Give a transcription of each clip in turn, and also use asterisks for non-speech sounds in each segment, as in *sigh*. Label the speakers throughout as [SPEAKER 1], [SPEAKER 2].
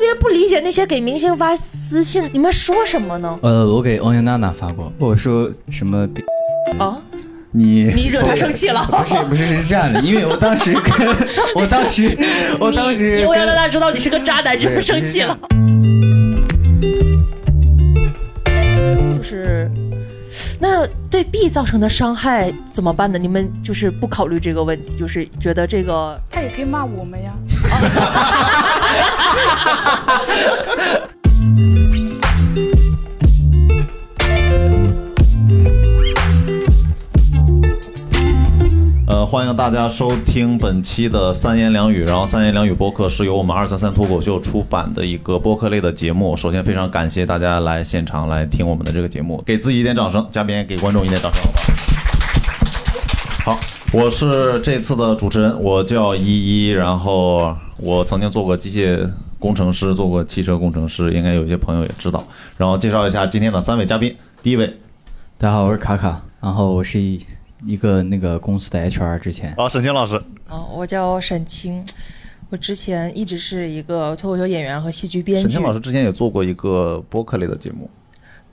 [SPEAKER 1] 别不理解那些给明星发私信，你们说什么呢？
[SPEAKER 2] 呃，我给欧阳娜娜发过，我说什么
[SPEAKER 3] *laughs*
[SPEAKER 2] 别
[SPEAKER 1] 啊，
[SPEAKER 2] 你
[SPEAKER 3] 你惹他生气了。
[SPEAKER 2] 不是不是是这样的，因为我当时跟我当时我当
[SPEAKER 3] *laughs*
[SPEAKER 2] 时
[SPEAKER 3] 你欧阳
[SPEAKER 2] 跟
[SPEAKER 3] 娜娜知道你是个渣男，之后生气了。
[SPEAKER 1] 就是那对 B 造成的伤害怎么办呢？你们就是不考虑这个问题，就是觉得这个
[SPEAKER 4] 他也可以骂我们呀。
[SPEAKER 5] 呃，欢迎大家收听本期的三言两语。然后，三言两语播客是由我们二三三脱口秀出版的一个播客类的节目。首先，非常感谢大家来现场来听我们的这个节目，给自己一点掌声，嘉宾也给观众一点掌声，好不好？好，我是这次的主持人，我叫依依，然后我曾经做过机械工程师，做过汽车工程师，应该有一些朋友也知道。然后介绍一下今天的三位嘉宾，第一位，
[SPEAKER 2] 大家好，我是卡卡，然后我是一一个那个公司的 HR，之前
[SPEAKER 5] 啊，沈清老师，
[SPEAKER 3] 哦，我叫沈清，我之前一直是一个脱口秀演员和戏剧编
[SPEAKER 5] 沈清老师之前也做过一个播客类的节目。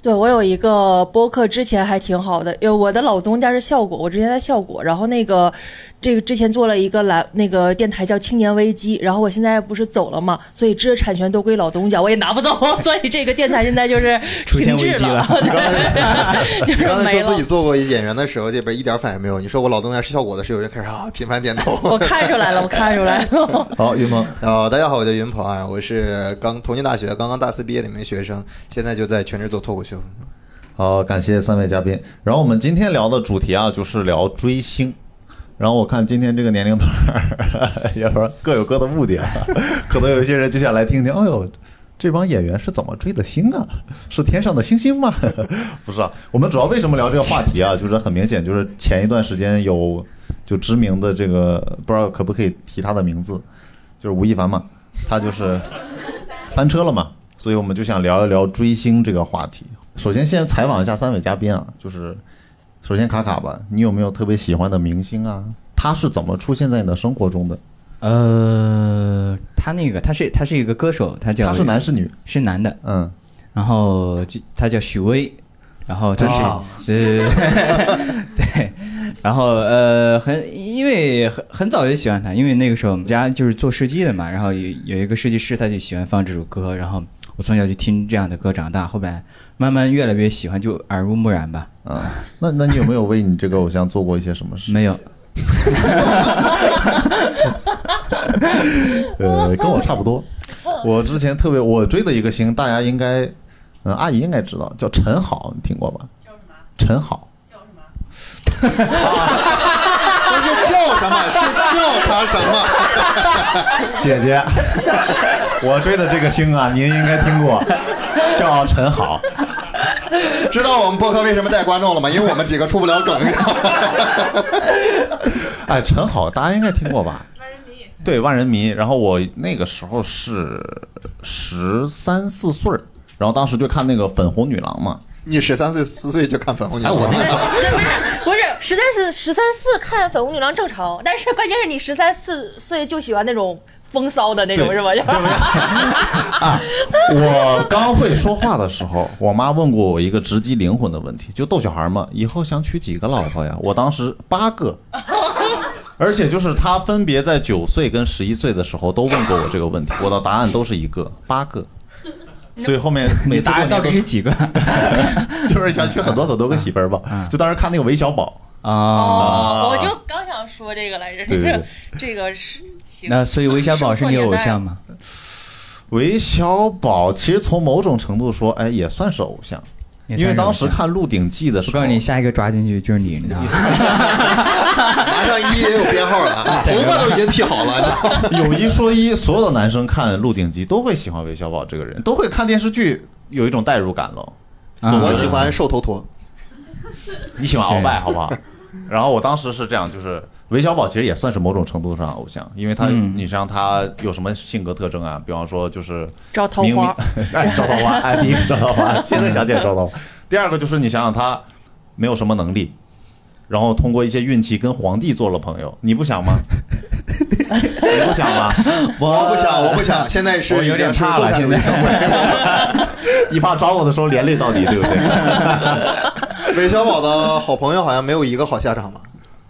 [SPEAKER 3] 对我有一个播客，之前还挺好的，因为我的老东家是效果，我之前在效果，然后那个这个之前做了一个栏那个电台叫《青年危机》，然后我现在不是走了嘛，所以知识产权都归老东家，我也拿不走， *laughs* 所以这个电台现在就是
[SPEAKER 2] 出现
[SPEAKER 3] 停
[SPEAKER 2] 危
[SPEAKER 3] 滞
[SPEAKER 2] 机
[SPEAKER 3] 了，对 *laughs* 就
[SPEAKER 6] 你
[SPEAKER 3] 是
[SPEAKER 6] 刚才
[SPEAKER 3] 没
[SPEAKER 6] 说
[SPEAKER 3] 了
[SPEAKER 6] 自己。做过演员的时候，这边一点反应没有。你说我老东家是效果的时候，有人开始啊频繁点头。
[SPEAKER 3] 我看出来了，我看出来了。 *laughs*
[SPEAKER 5] 好，云萌，
[SPEAKER 6] 呃，大家好，我叫云鹏啊，我是刚同济大学刚刚大四毕业的一名学生，现在就在全职做脱口秀。
[SPEAKER 5] 好，感谢三位嘉宾。然后我们今天聊的主题啊，就是聊追星。然后我看今天这个年龄段儿， *laughs* 也说各有各的目的啊，可能有一些人就想来听听，哎呦，这帮演员是怎么追的星啊？是天上的星星吗？ *laughs* 不是啊，我们主要为什么聊这个话题啊？就是很明显，就是前一段时间有就知名的这个，不知道可不可以提他的名字，就是吴亦凡嘛，他就是翻车了嘛，所以我们就想聊一聊追星这个话题。首先，先采访一下三位嘉宾啊，就是首先卡卡吧，你有没有特别喜欢的明星啊？他是怎么出现在你的生活中的？
[SPEAKER 2] 呃，他那个他是他是一个歌手，他叫
[SPEAKER 5] 他是男是女？
[SPEAKER 2] 是男的，
[SPEAKER 5] 嗯，
[SPEAKER 2] 然后就他叫许巍，然后他是、
[SPEAKER 6] 哦
[SPEAKER 2] 对 *laughs* 对对对，然后呃很因为很很早就喜欢他，因为那个时候我们家就是做设计的嘛，然后有有一个设计师他就喜欢放这首歌，然后我从小就听这样的歌长大，后来慢慢越来越喜欢，就耳濡目染吧。
[SPEAKER 5] 啊，那那你有没有为你这个偶像做过一些什
[SPEAKER 2] *laughs*
[SPEAKER 5] 么事？
[SPEAKER 2] 没有，
[SPEAKER 5] 呃，跟我差不多。我之前特别我追的一个星，大家应该，嗯、阿姨应该知道，叫陈好，你听过吧？叫什么？陈好。
[SPEAKER 6] 不是叫什么，是叫他什么？
[SPEAKER 5] 姐 *laughs* 姐，我追的这个星啊，您应该听过，叫陈好。
[SPEAKER 6] 知道我们播客为什么带观众了吗？因为我们几个出不了梗。
[SPEAKER 5] 哎，陈好，大家应该听过吧？万人迷。对，万人迷。然后我那个时候是十三四岁儿然后当时就看那个《粉红女郎》嘛。
[SPEAKER 6] 你十三岁四岁就看粉红女
[SPEAKER 5] 哎，
[SPEAKER 6] 郎
[SPEAKER 5] 我
[SPEAKER 6] 了？
[SPEAKER 5] 那个时候
[SPEAKER 1] 不是，实在是十三四看粉红女郎正常，但是关键是你十三四岁就喜欢那种风骚的那种
[SPEAKER 5] 对
[SPEAKER 1] 是吧？
[SPEAKER 5] 啊，我刚会说话的时候，我妈问过我一个直击灵魂的问题，就逗小孩嘛，以后想娶几个老婆呀？我当时八个，而且就是她分别在九岁跟十一岁的时候都问过我这个问题，我的答案都是一个八个，所以后面每
[SPEAKER 2] 你
[SPEAKER 5] 次
[SPEAKER 2] 答
[SPEAKER 5] 过
[SPEAKER 2] 案到底
[SPEAKER 5] 年都
[SPEAKER 2] 是几个
[SPEAKER 5] *laughs* 就是想
[SPEAKER 2] 嗯
[SPEAKER 5] 娶很多很多个媳妇儿吧，就当时看那个韦小宝，
[SPEAKER 3] 哦
[SPEAKER 2] 啊？
[SPEAKER 5] 啊
[SPEAKER 7] 我就刚想说这个来着，
[SPEAKER 5] 对对对
[SPEAKER 7] *laughs* 这个是行。
[SPEAKER 2] 那所以韦小宝是你偶像吗？
[SPEAKER 5] 韦小宝其实从某种程度说，哎，也算是偶像，
[SPEAKER 2] 也
[SPEAKER 5] 因
[SPEAKER 2] 算
[SPEAKER 5] 为
[SPEAKER 2] 是偶
[SPEAKER 5] 当时
[SPEAKER 2] 像
[SPEAKER 5] 看《鹿鼎记》的
[SPEAKER 2] 我
[SPEAKER 5] 时
[SPEAKER 2] 告
[SPEAKER 5] 候
[SPEAKER 2] 诉，你，下一个抓进去就是你，你知道吗？
[SPEAKER 5] *laughs*
[SPEAKER 6] 马上一也有编号了，头发都已经剃好了。你知道吗
[SPEAKER 5] 有一说一，所有的男生看《鹿鼎记》都会喜欢韦小宝这个人，都会看电视剧，有一种代入感了。
[SPEAKER 2] 啊
[SPEAKER 6] 我喜欢瘦头陀，
[SPEAKER 5] 你喜欢鳌拜，好不 *laughs* 好？然后我当时是这样，就是韦小宝其实也算是某种程度上偶像，因为他，
[SPEAKER 2] 嗯
[SPEAKER 5] 你像他有什么性格特征啊？比方说就是
[SPEAKER 3] 招桃
[SPEAKER 5] 明明 *laughs*
[SPEAKER 3] 花，
[SPEAKER 5] 哎，招桃花，
[SPEAKER 2] *laughs*
[SPEAKER 5] 哎，第一个招桃花，现在想起来招桃花。第二个就是你想想他没有
[SPEAKER 2] *laughs*
[SPEAKER 5] 什么能力，然后通过一些运气跟皇帝做了朋友，你不想吗？你不想吧？
[SPEAKER 6] 我不想，我不想，现在是
[SPEAKER 2] 我有点
[SPEAKER 6] 已经是
[SPEAKER 2] 怕了
[SPEAKER 6] 共产主义社
[SPEAKER 5] 你怕抓我的时候连累到你，对
[SPEAKER 2] *laughs*
[SPEAKER 5] 不对？
[SPEAKER 6] 会。 *laughs* 韦小宝的好朋友好像没有一个好下场吧？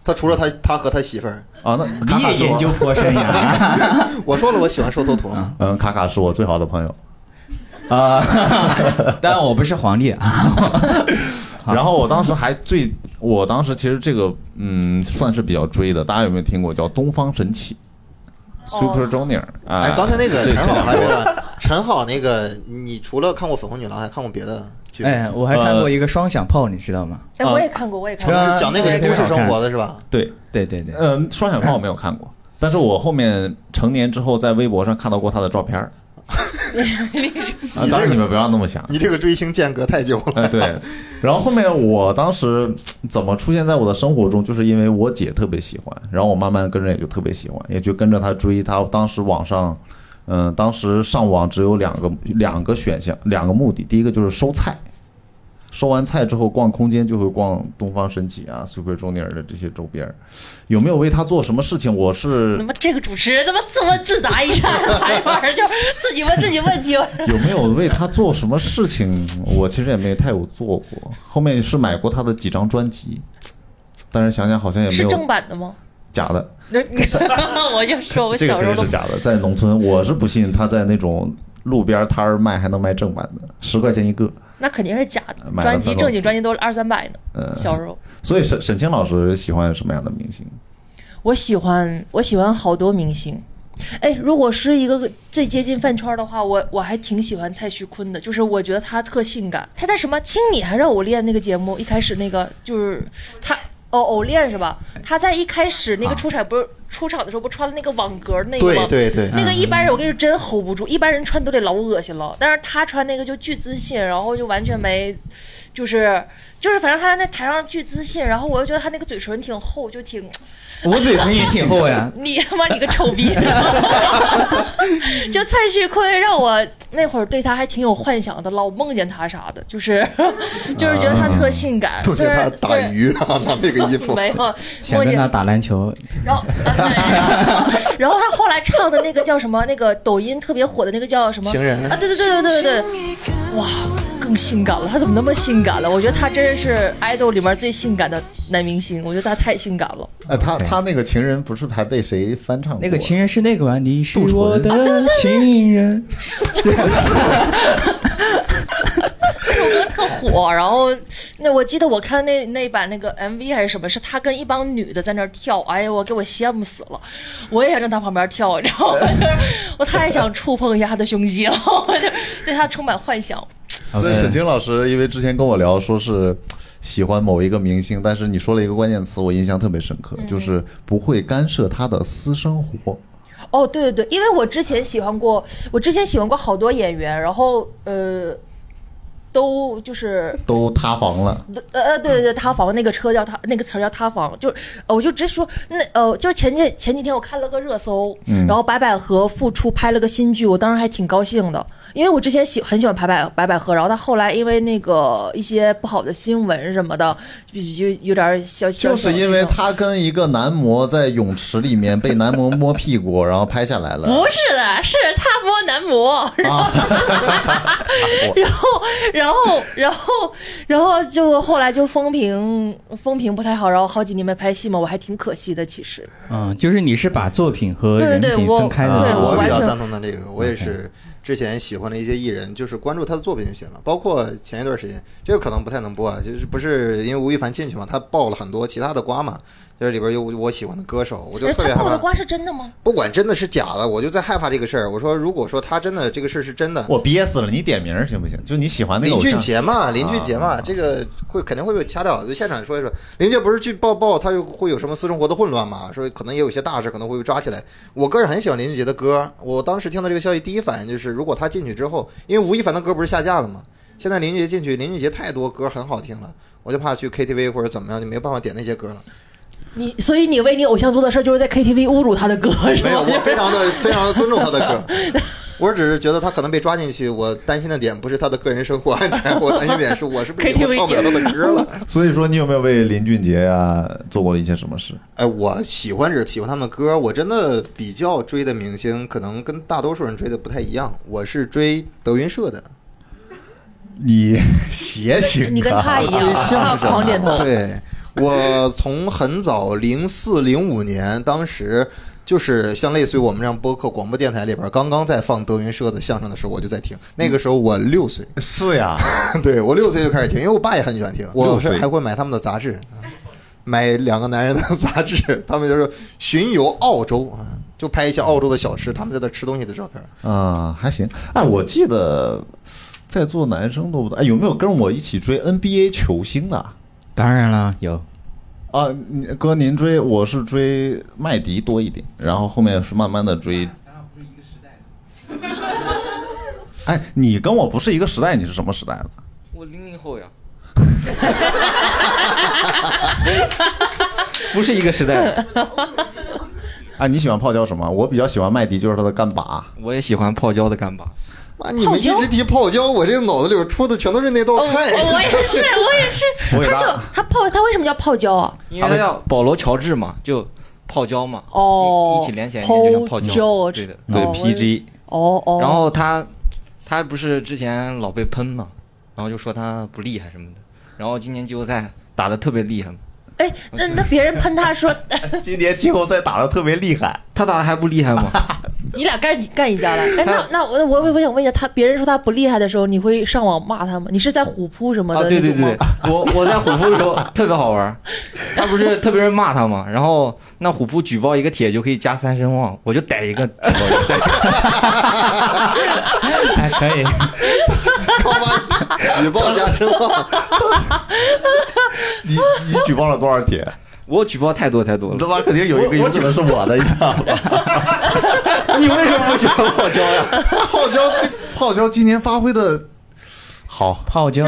[SPEAKER 6] 他除了他，他和他媳妇儿。
[SPEAKER 5] 啊，那卡
[SPEAKER 2] 你
[SPEAKER 5] 卡
[SPEAKER 2] 也
[SPEAKER 5] 是
[SPEAKER 2] 研究
[SPEAKER 5] 我，
[SPEAKER 2] 颇深呀？
[SPEAKER 6] 我说了，我喜欢瘦头陀嘛。
[SPEAKER 5] 嗯，卡卡是我最好的朋友。
[SPEAKER 2] 啊， *laughs* 当然我不是皇帝啊。好
[SPEAKER 5] 然后我当时还最，我当时其实这个嗯算是比较追的，大家有没有听过叫东方神起？Super
[SPEAKER 2] 哦
[SPEAKER 5] Junior 啊，
[SPEAKER 6] 哎，刚才那个
[SPEAKER 5] 对
[SPEAKER 6] 陈
[SPEAKER 5] 这
[SPEAKER 6] 好
[SPEAKER 5] 两
[SPEAKER 6] 还
[SPEAKER 5] 个
[SPEAKER 6] 说了，陈好那个，你除了看过《粉红女郎》，还看过别的剧？
[SPEAKER 2] 哎，我还看过一个双响炮，你知道吗？
[SPEAKER 3] 哎，我也看过，我也看
[SPEAKER 6] 就
[SPEAKER 3] 过。
[SPEAKER 2] 啊
[SPEAKER 6] 是讲那个都市生活的是吧？
[SPEAKER 5] 对，
[SPEAKER 2] 呃对对对，
[SPEAKER 5] 嗯、双响炮我没有看过，但是我后面成年之后在微博上看到过他的照片儿。
[SPEAKER 7] *laughs*
[SPEAKER 5] 啊，当然你们不要那么想。
[SPEAKER 6] 你这个追星间隔太久了。
[SPEAKER 5] 哎，对，然后后面我当时怎么出现在我的生活中，就是因为我姐特别喜欢，然后我慢慢跟着也就特别喜欢，也就跟着她追。她当时网上，嗯，当时上网只有两个两个选项，两个目的，第一个就是收菜，收完菜之后逛空间就会逛东方神起啊、Super Junior 的这些周边儿，有没有为她做什么事情？我是
[SPEAKER 7] 那么这个主持人怎么自问自答一下，还玩儿就是自己问自己问题，
[SPEAKER 5] 有没有为他做什么事情？我其实也没太有做过。后面是买过他的几张专辑，但是想想好像 *laughs* 也没
[SPEAKER 3] 是正
[SPEAKER 5] 有
[SPEAKER 3] 版的吗？
[SPEAKER 5] 假的， *laughs*
[SPEAKER 7] 我就说我
[SPEAKER 5] 这个
[SPEAKER 7] 小时
[SPEAKER 5] 肯
[SPEAKER 7] 候
[SPEAKER 5] 定
[SPEAKER 7] 都
[SPEAKER 5] 是假的。在农村，我是不信他在那种路边摊儿卖还能卖正版的，十块钱一个。
[SPEAKER 3] 那肯定是假的。
[SPEAKER 5] 买了
[SPEAKER 3] 专辑
[SPEAKER 5] 三
[SPEAKER 3] 正经
[SPEAKER 5] 四
[SPEAKER 3] 专辑都是二三百呢。
[SPEAKER 5] 呃，
[SPEAKER 3] 小时候，
[SPEAKER 5] 所以沈沈清老师喜欢什么样的明星？
[SPEAKER 3] 我喜欢我喜欢好多明星。哎，如果是一个最接近饭圈的话，我我还挺喜欢蔡徐坤的，就是我觉得他特性感。他在什么《亲你还是偶恋》那个节目一开始那个就是他哦偶恋是吧？他在一开始那个出场不是、出场的时候不穿了那个网格那个吗？
[SPEAKER 6] 啊对对对，
[SPEAKER 3] 那个一般人我跟你说真 hold 不住，一般人穿都得老恶心了，但是他穿那个就巨自信，然后就完全没，就是就是反正他在那台上巨自信，然后我又觉得他那个嘴唇挺厚，就挺
[SPEAKER 2] 我嘴 *laughs* 唇也挺厚呀。
[SPEAKER 3] 你他妈你个臭逼！就蔡徐坤让我那会儿对他还挺有幻想的，老梦见他啥的，就是就是觉得他特性感，
[SPEAKER 6] 都
[SPEAKER 3] 虽
[SPEAKER 6] 给他
[SPEAKER 3] 然虽
[SPEAKER 6] 打
[SPEAKER 3] 然
[SPEAKER 6] 鱼啊，拿那个衣服。
[SPEAKER 3] 没有
[SPEAKER 2] 想
[SPEAKER 3] 梦
[SPEAKER 2] 跟
[SPEAKER 3] 见
[SPEAKER 2] 他打篮球，
[SPEAKER 3] 然后，啊对，然后他后来唱的那个叫什么？那个抖音特别火的那个叫什么？
[SPEAKER 6] 情人
[SPEAKER 3] 啊，对对对对对对对，哇，更性感了！他怎么那么性感了？我觉得他真是爱豆里面最性感的男明星，我觉得他太性感了。
[SPEAKER 5] 呃，他他那个情人不是还被谁翻唱过？
[SPEAKER 2] 那个情人是那个吧？你是
[SPEAKER 5] 杜淳
[SPEAKER 2] 我的情人，
[SPEAKER 3] 歌特火，然后那我记得我看那那版那个 MV 还是什么，是他跟一帮女的在那儿跳，哎呀，我给我羡慕死了，我也想站他旁边跳，你知道吗？就是我太想触碰一下他的胸肌了， *laughs* 我就对他充满幻想。
[SPEAKER 2] 啊
[SPEAKER 5] 所以沈清老师因为之前跟我聊说是喜欢某一个明星，但是你说了一个关键词，我印象特别深刻，
[SPEAKER 3] 嗯
[SPEAKER 5] 就是不会干涉他的私生活。
[SPEAKER 3] 哦，对对对，因为我之前喜欢过，我之前喜欢过好多演员，然后呃，都就是
[SPEAKER 5] 都塌房了，
[SPEAKER 3] 呃呃，对对对，塌房那个车叫塌，那个词儿叫塌房，就是、呃我就直说那呃，就是前几前几天我看了个热搜，
[SPEAKER 5] 嗯
[SPEAKER 3] 然后白百合复出拍了个新剧，我当时还挺高兴的，因为我之前喜很喜欢白百白百合，然后她后来因为那个一些不好的新闻什么的，就就有点小小
[SPEAKER 5] 就是因为他跟一个男模在泳池里面被男模摸屁股， *laughs* 然后拍下来了
[SPEAKER 3] 不。是的，是他摸男模， *laughs*
[SPEAKER 5] 啊，
[SPEAKER 3] 然后，然后，然后，然后就后来就风评风评不太好，然后好几年没拍戏嘛，我还挺可惜的。其实，
[SPEAKER 2] 嗯，就是你是把作品和
[SPEAKER 3] 对
[SPEAKER 2] 人
[SPEAKER 3] 对
[SPEAKER 2] 品
[SPEAKER 3] 我
[SPEAKER 2] 分开的，
[SPEAKER 3] 对我
[SPEAKER 6] 啊我
[SPEAKER 3] 完
[SPEAKER 6] 比较
[SPEAKER 3] 全
[SPEAKER 6] 赞同他这个，我也是之前喜欢的一些艺人，就是关注他的作品就行了。包括前一段时间，这个可能不太能播啊，就是不是因为吴亦凡进去嘛，他爆了很多其他的瓜嘛，就是里边有我喜欢的歌手，我就
[SPEAKER 3] 哎
[SPEAKER 6] 特别
[SPEAKER 3] 他
[SPEAKER 6] 害
[SPEAKER 3] 爆的
[SPEAKER 6] 怕。
[SPEAKER 3] 瓜是真的吗？
[SPEAKER 6] 不管真的是假的，我就在害怕这个事儿。我说，如果说他真的这个事儿是真的，
[SPEAKER 5] 我憋死了！你点名行不行？就你喜欢那个
[SPEAKER 6] 林
[SPEAKER 5] 偶
[SPEAKER 6] 俊
[SPEAKER 5] 像，啊
[SPEAKER 6] 杰嘛，林俊杰嘛，这个会肯定会被掐掉。就现场说一说，林俊杰不是去报报，他又会有什么私生活的混乱嘛？说可能也有些大事，可能会被抓起来。我个人很喜欢林俊杰的歌，我当时听到这个消息，第一反应就是，如果他进去之后，因为吴亦凡的歌不是下架了吗？现在林俊杰进去，林俊杰太多歌很好听了，我就怕去 KTV 或者怎么样就没有办法点那些歌了。
[SPEAKER 3] 你所以你为你偶像做的事儿就是在 KTV 侮辱他的歌是
[SPEAKER 6] 没有，
[SPEAKER 3] 吗？
[SPEAKER 6] 我非常的非常的尊重他的歌。我只是觉得他可能被抓进去，我担心的点不是他的个人生活安全，我担心点是我是不是以后
[SPEAKER 1] KTV
[SPEAKER 6] 唱不了他的歌了。
[SPEAKER 5] 所以说，你有没有为林俊杰呀、做过一些什么事？
[SPEAKER 6] 哎，我喜欢是喜欢他们的歌，我真的比较追的明星可能跟大多数人追的不太一样，我是追德云社的，
[SPEAKER 5] 你 *laughs* 邪啊性，
[SPEAKER 3] 你跟他一样
[SPEAKER 6] 追相声的，
[SPEAKER 3] 哎狂点头
[SPEAKER 6] 对我从很早零四零五年，当时就是像类似于我们这样播客广播电台里边，刚刚在放德云社的相声的时候，我就在听。那个时候我六岁，
[SPEAKER 5] 是呀，
[SPEAKER 6] *laughs* 对我六岁就开始听，因为我爸也很喜欢听，我是
[SPEAKER 5] 六岁
[SPEAKER 6] 还会买他们的杂志，买两个男人的 *laughs* 杂志，他们就是巡游澳洲啊，就拍一些澳洲的小吃，他们在那吃东西的照片。
[SPEAKER 5] 啊、还行。哎，我记得在座男生都不多。哎，有没有跟我一起追 NBA 球星的？
[SPEAKER 2] 当然了，有
[SPEAKER 5] 啊，你哥您追，我是追麦迪多一点，然后后面是慢慢的追。哎，你跟我不是一个时代，你是什么时代的？
[SPEAKER 4] 我零零后呀， *laughs* 不是一个时代。
[SPEAKER 5] 哎，你喜欢泡椒什么？我比较喜欢麦迪，就是他的干爸。
[SPEAKER 4] 我也喜欢泡椒的干爸，
[SPEAKER 6] 妈，你们一直提泡椒，我这个脑子里出的全都是那道菜。
[SPEAKER 3] 哦我也是，我也是。
[SPEAKER 5] 我也
[SPEAKER 3] 他就他泡他为什么叫泡椒啊？
[SPEAKER 4] 因为他叫保罗乔治嘛，就泡椒嘛，
[SPEAKER 3] 哦
[SPEAKER 4] 一一起连起来就像泡椒，
[SPEAKER 3] Paul
[SPEAKER 4] 对的。
[SPEAKER 5] 对
[SPEAKER 3] 哦
[SPEAKER 5] PG，
[SPEAKER 3] 哦哦。
[SPEAKER 4] 然后他他不是之前老被喷嘛，然后就说他不厉害什么的，然后今年季后赛打的特别厉害嘛，
[SPEAKER 3] 哎，那那别人喷他说
[SPEAKER 5] 今年季后赛打的特别厉 *laughs* 害。
[SPEAKER 4] 他打的还不厉害吗？
[SPEAKER 3] 你俩干干一架
[SPEAKER 5] *laughs*
[SPEAKER 3] 了。哎，那那我我我想问一下，他别人说他不厉害的时候，你会上网骂他吗？你是在虎扑什么
[SPEAKER 4] 啊，
[SPEAKER 3] 的
[SPEAKER 4] 对
[SPEAKER 3] 那
[SPEAKER 4] 对
[SPEAKER 3] 种吗？
[SPEAKER 4] 对，我我在虎扑的时
[SPEAKER 3] *laughs*
[SPEAKER 4] 候特别好玩儿，他不是特别人骂他嘛，然后那虎扑举报一个帖就可以加三声望，我就逮一个举报一个，
[SPEAKER 2] 还哎可以。
[SPEAKER 6] 好吧，举报加声望。
[SPEAKER 5] *laughs* 你你举报了多少帖？
[SPEAKER 4] 我举报太多太多
[SPEAKER 5] 你他。
[SPEAKER 4] 了
[SPEAKER 5] 妈肯定有一个
[SPEAKER 4] 我
[SPEAKER 5] 有
[SPEAKER 4] 我
[SPEAKER 5] 可能是我的，你知道吗？
[SPEAKER 4] *laughs* 你为什么不举报泡椒呀？
[SPEAKER 5] *laughs* 泡椒这泡椒今年发挥的好
[SPEAKER 2] 泡 *laughs* 椒，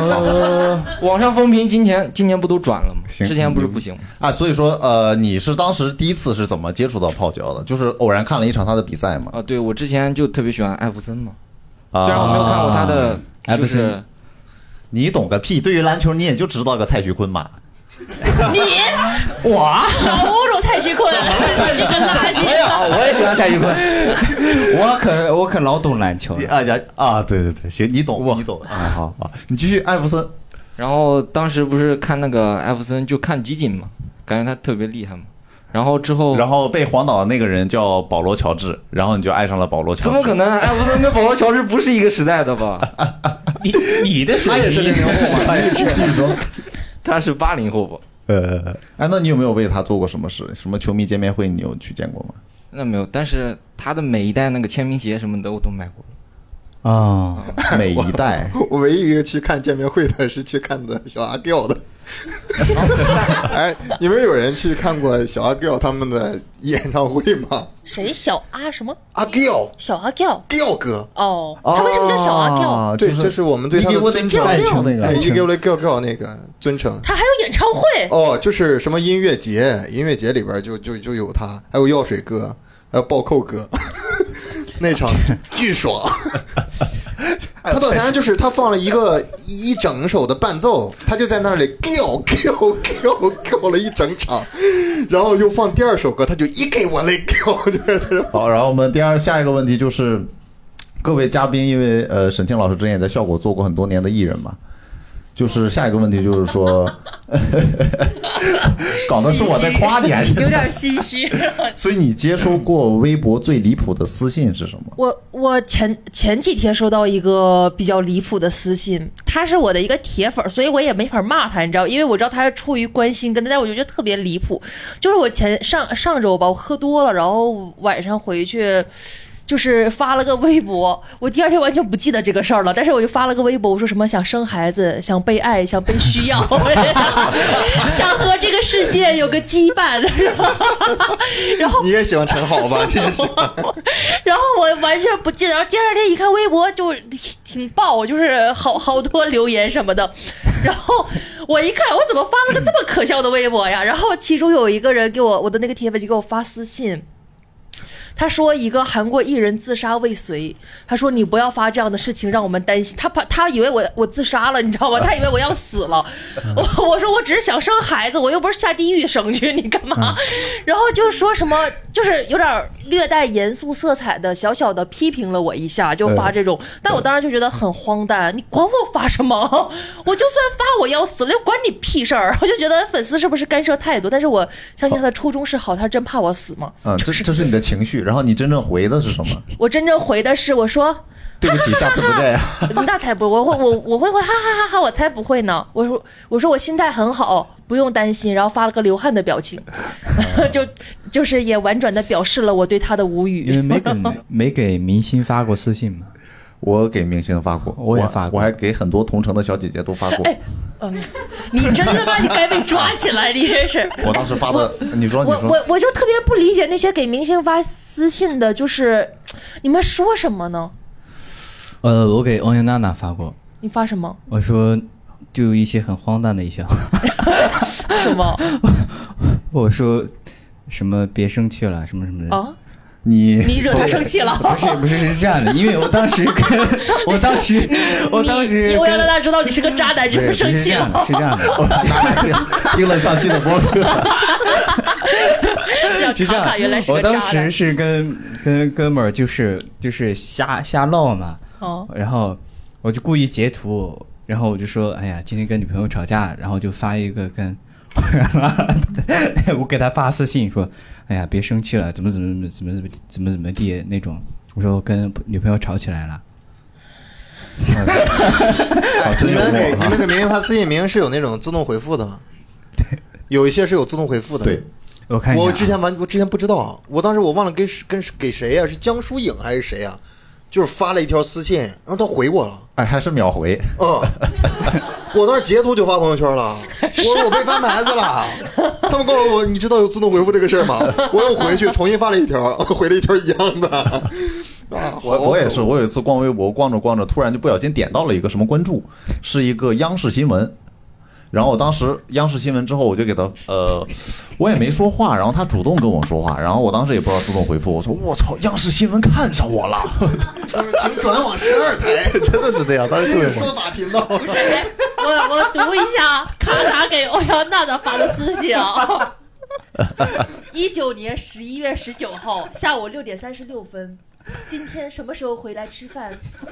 [SPEAKER 4] 网上风评今年今年不都转了吗？
[SPEAKER 5] 行
[SPEAKER 4] 之前不是不行吗？
[SPEAKER 5] 啊，所以说呃，你是当时第一次是怎么接触到泡椒的？就是偶然看了一场他的比赛嘛？
[SPEAKER 4] 啊，对我之前就特别喜欢艾弗森嘛，
[SPEAKER 5] 啊
[SPEAKER 4] 虽然我呃没有看过他的，
[SPEAKER 2] 艾弗
[SPEAKER 4] 就
[SPEAKER 2] 森
[SPEAKER 4] 是
[SPEAKER 5] 你懂个屁！对于篮球，你也就知道个蔡徐坤嘛。 *laughs*
[SPEAKER 3] 少侮辱蔡徐坤， *laughs* 你个
[SPEAKER 5] 哎
[SPEAKER 3] 垃圾！
[SPEAKER 4] 啊，我也喜欢蔡徐坤。
[SPEAKER 2] *laughs* 我可我可老懂篮球
[SPEAKER 5] 你
[SPEAKER 2] 了。
[SPEAKER 5] 啊呀啊，对对对，行，你懂，你懂啊，好好，你继续，艾弗森。
[SPEAKER 4] 然后当时不是看那个艾弗森就看集锦嘛，感觉他特别厉害嘛。然后之后，
[SPEAKER 5] 然后被黄倒的那个人叫保罗·乔治，然后你就爱上了保罗·乔治。
[SPEAKER 4] 怎么可？能？艾弗森跟保罗乔治不是一个时代的吧？
[SPEAKER 2] 你你的水
[SPEAKER 6] 他也是零零后嘛，他也是。
[SPEAKER 4] 他是八零后吧？
[SPEAKER 5] 呃，哎，那你有没有为他做过什么事？什么球迷见面会，你有去见过吗？
[SPEAKER 4] 那没有，但是他的每一代那个签名鞋什么的我都买过。
[SPEAKER 2] 哦，
[SPEAKER 5] 每一代
[SPEAKER 6] 我唯一一个去看见面会的是去看的小阿 Giao 的。哎，你们有人去看过小阿 Giao 他们的演唱会吗？
[SPEAKER 3] 谁小阿什么
[SPEAKER 6] 阿 Giao
[SPEAKER 3] 小阿 Giao？
[SPEAKER 6] Giao 哥，
[SPEAKER 3] 哦，他为什么叫小阿 Giao？
[SPEAKER 5] 啊
[SPEAKER 6] 对，
[SPEAKER 5] 就
[SPEAKER 6] 这
[SPEAKER 5] 是
[SPEAKER 6] 是我们对他的哎尊
[SPEAKER 5] 你给
[SPEAKER 6] 称
[SPEAKER 5] 我那个那个
[SPEAKER 6] 对，You Give Giao Giao 那个尊称。
[SPEAKER 3] 他还有演唱会，
[SPEAKER 6] 哦，就是什么音乐节，音乐节里边就就就有他，还有药水哥，还有暴扣哥， *laughs* 那场巨 *laughs* 爽。他到台上就是他放了一个一整首的伴奏，他就在那里 go go go go 了一整场，然后又放第二首歌，他就一给我嘞 go，就是 *laughs* 在这
[SPEAKER 5] 好，然后我们第二下一个问题就是，各位嘉宾，因为呃沈庆老师之前也在效果做过很多年的艺人嘛，就是下一个问题就是说， *laughs* 搞的是我在夸你还是怎
[SPEAKER 1] 有
[SPEAKER 5] 么样？
[SPEAKER 1] 点唏嘘。
[SPEAKER 5] 所以你接收过微博最离谱的私信是什么？
[SPEAKER 3] 我我前前几天收到一个比较离谱的私信，他是我的一个铁粉儿，所以我也没法骂他，你知道，因为我知道他是出于关心跟他，但我就觉得特别离谱。就是我前上上周吧，我喝多了，然后晚上回去。就是发了个微博，我第二天完全不记得这个事儿了，但是我就发了个微博，我说什么想生孩子，想被爱，想被需要， *laughs* 想和这个世界有个羁绊， *laughs* 然后
[SPEAKER 6] 你也喜欢陈好吧？你也喜欢
[SPEAKER 3] 然后我完全不记得，然后第二天一看微博就挺爆，就是好好多留言什么的。然后我一看，我怎么发了个这么可笑的微博呀？然后其中有一个人给我我的那个铁粉就给我发私信，他说一个韩国艺人自杀未遂，他说你不要发这样的事情让我们担心。他怕他以为我我自杀了，你知道吗？他以为我要死了。我我说我只是想生孩子，我又不是下地狱生去，你干嘛？然后就说什么，就是有点略带严肃色彩的，小小的批评了我一下，就发这种。但我当时就觉得很荒诞，你管我发什么？我就算发我要死了，又管你屁事儿。我就觉得粉丝是不是干涉太多？但是我相信他的初衷是好，他真怕我死吗？
[SPEAKER 5] 啊，这这是你的情绪，然后你真正回的是什么？
[SPEAKER 3] 我真正回的是我说。
[SPEAKER 5] 对不起，下次不这样。
[SPEAKER 3] 那才不，我会我我会会哈哈哈哈，我才不会呢。我说我说我心态很好，不用担心，然后发了个流汗的表情， *laughs* 就就是也婉转的表示了我对他的无
[SPEAKER 2] 因为
[SPEAKER 3] 语。
[SPEAKER 2] 没给
[SPEAKER 3] *laughs*
[SPEAKER 2] 没给明星发过私信嘛。
[SPEAKER 5] 我给明星发过，
[SPEAKER 2] 我也发过
[SPEAKER 5] 我还给很多同城的小姐姐都发过。
[SPEAKER 3] 哎，嗯，你真的吗？你该被抓起来，你真是。
[SPEAKER 5] 我当时发的，你说你
[SPEAKER 3] 我
[SPEAKER 5] 说，
[SPEAKER 3] 我我就特别不理解那些给明星发私信的，就是你们说什么呢？
[SPEAKER 2] 呃，我给欧阳娜娜发过，
[SPEAKER 3] 你发什么？
[SPEAKER 2] 我说就一些很荒诞的一些话，
[SPEAKER 3] 什么
[SPEAKER 2] *laughs* 我说什么别生气了，什么什么的。
[SPEAKER 3] 啊？
[SPEAKER 5] 你 *laughs*
[SPEAKER 3] 你惹他生气了？
[SPEAKER 2] 不是不是是这样的，因为我当时
[SPEAKER 3] *laughs*
[SPEAKER 2] 跟我当时我当时
[SPEAKER 3] 你欧阳
[SPEAKER 2] 跟
[SPEAKER 3] 娜娜知道你是个渣男，之后
[SPEAKER 2] 对不是
[SPEAKER 3] 生
[SPEAKER 2] 这
[SPEAKER 3] 气了
[SPEAKER 2] 样。的，是这样的，
[SPEAKER 3] *laughs*
[SPEAKER 5] 听了上期的播客，
[SPEAKER 3] 叫 *laughs*
[SPEAKER 2] 是这
[SPEAKER 3] 卡卡原来
[SPEAKER 2] 样。
[SPEAKER 3] 是
[SPEAKER 2] 我
[SPEAKER 3] 个渣
[SPEAKER 2] 当
[SPEAKER 3] 男
[SPEAKER 2] 时。是跟跟哥们儿就是就是瞎瞎唠嘛，
[SPEAKER 3] 哦，
[SPEAKER 2] 然后我就故意截图，然后我就说，哎呀，今天跟女朋友吵架，然后就发一个跟，我给他发私信说，哎呀，别生气了，怎么怎么怎么怎么怎么怎么地那种，我说我跟女朋友吵起来了，
[SPEAKER 5] 好真
[SPEAKER 6] 哎你
[SPEAKER 5] 幽默啊
[SPEAKER 6] 们给你们给明星发私信，明星是有那种自动回复的吗？有一些是有自动回复的。
[SPEAKER 5] 对，
[SPEAKER 2] 我看一下啊
[SPEAKER 6] 我之前完，我之前不知道，啊我当时我忘了跟谁跟谁给谁呀、啊是江疏影还是谁呀、就是发了一条私信，然后他回我了。
[SPEAKER 5] 哎，还是秒回。
[SPEAKER 6] 嗯，我当时截图就发朋友圈了，啊我说我被翻牌子了，啊他们告诉我你知道有自动回复这个事儿吗？我又回去重新发了一条，回了一条一样的。啊，
[SPEAKER 5] 我
[SPEAKER 6] 好
[SPEAKER 5] 我也是，我有一次逛微博，逛着逛着，突然就不小心点到了一个什么关注，是一个央视新闻。然后我当时央视新闻之后，我就给他呃，我也没说话，然后他主动跟我说话，然后我当时也不知道自动回复，我说我操，央视新闻看上我了，
[SPEAKER 6] 请转往十二台，
[SPEAKER 5] 真的是 *laughs* 这样，当时特
[SPEAKER 6] 这
[SPEAKER 5] 别
[SPEAKER 6] 是
[SPEAKER 5] 懵
[SPEAKER 6] 说法频道。
[SPEAKER 3] 哎 *laughs* 我我读一下卡卡给欧阳娜娜发的私信啊。一九年十一月十九号下午六点三十六分，今天什么时候回来吃饭？ *laughs*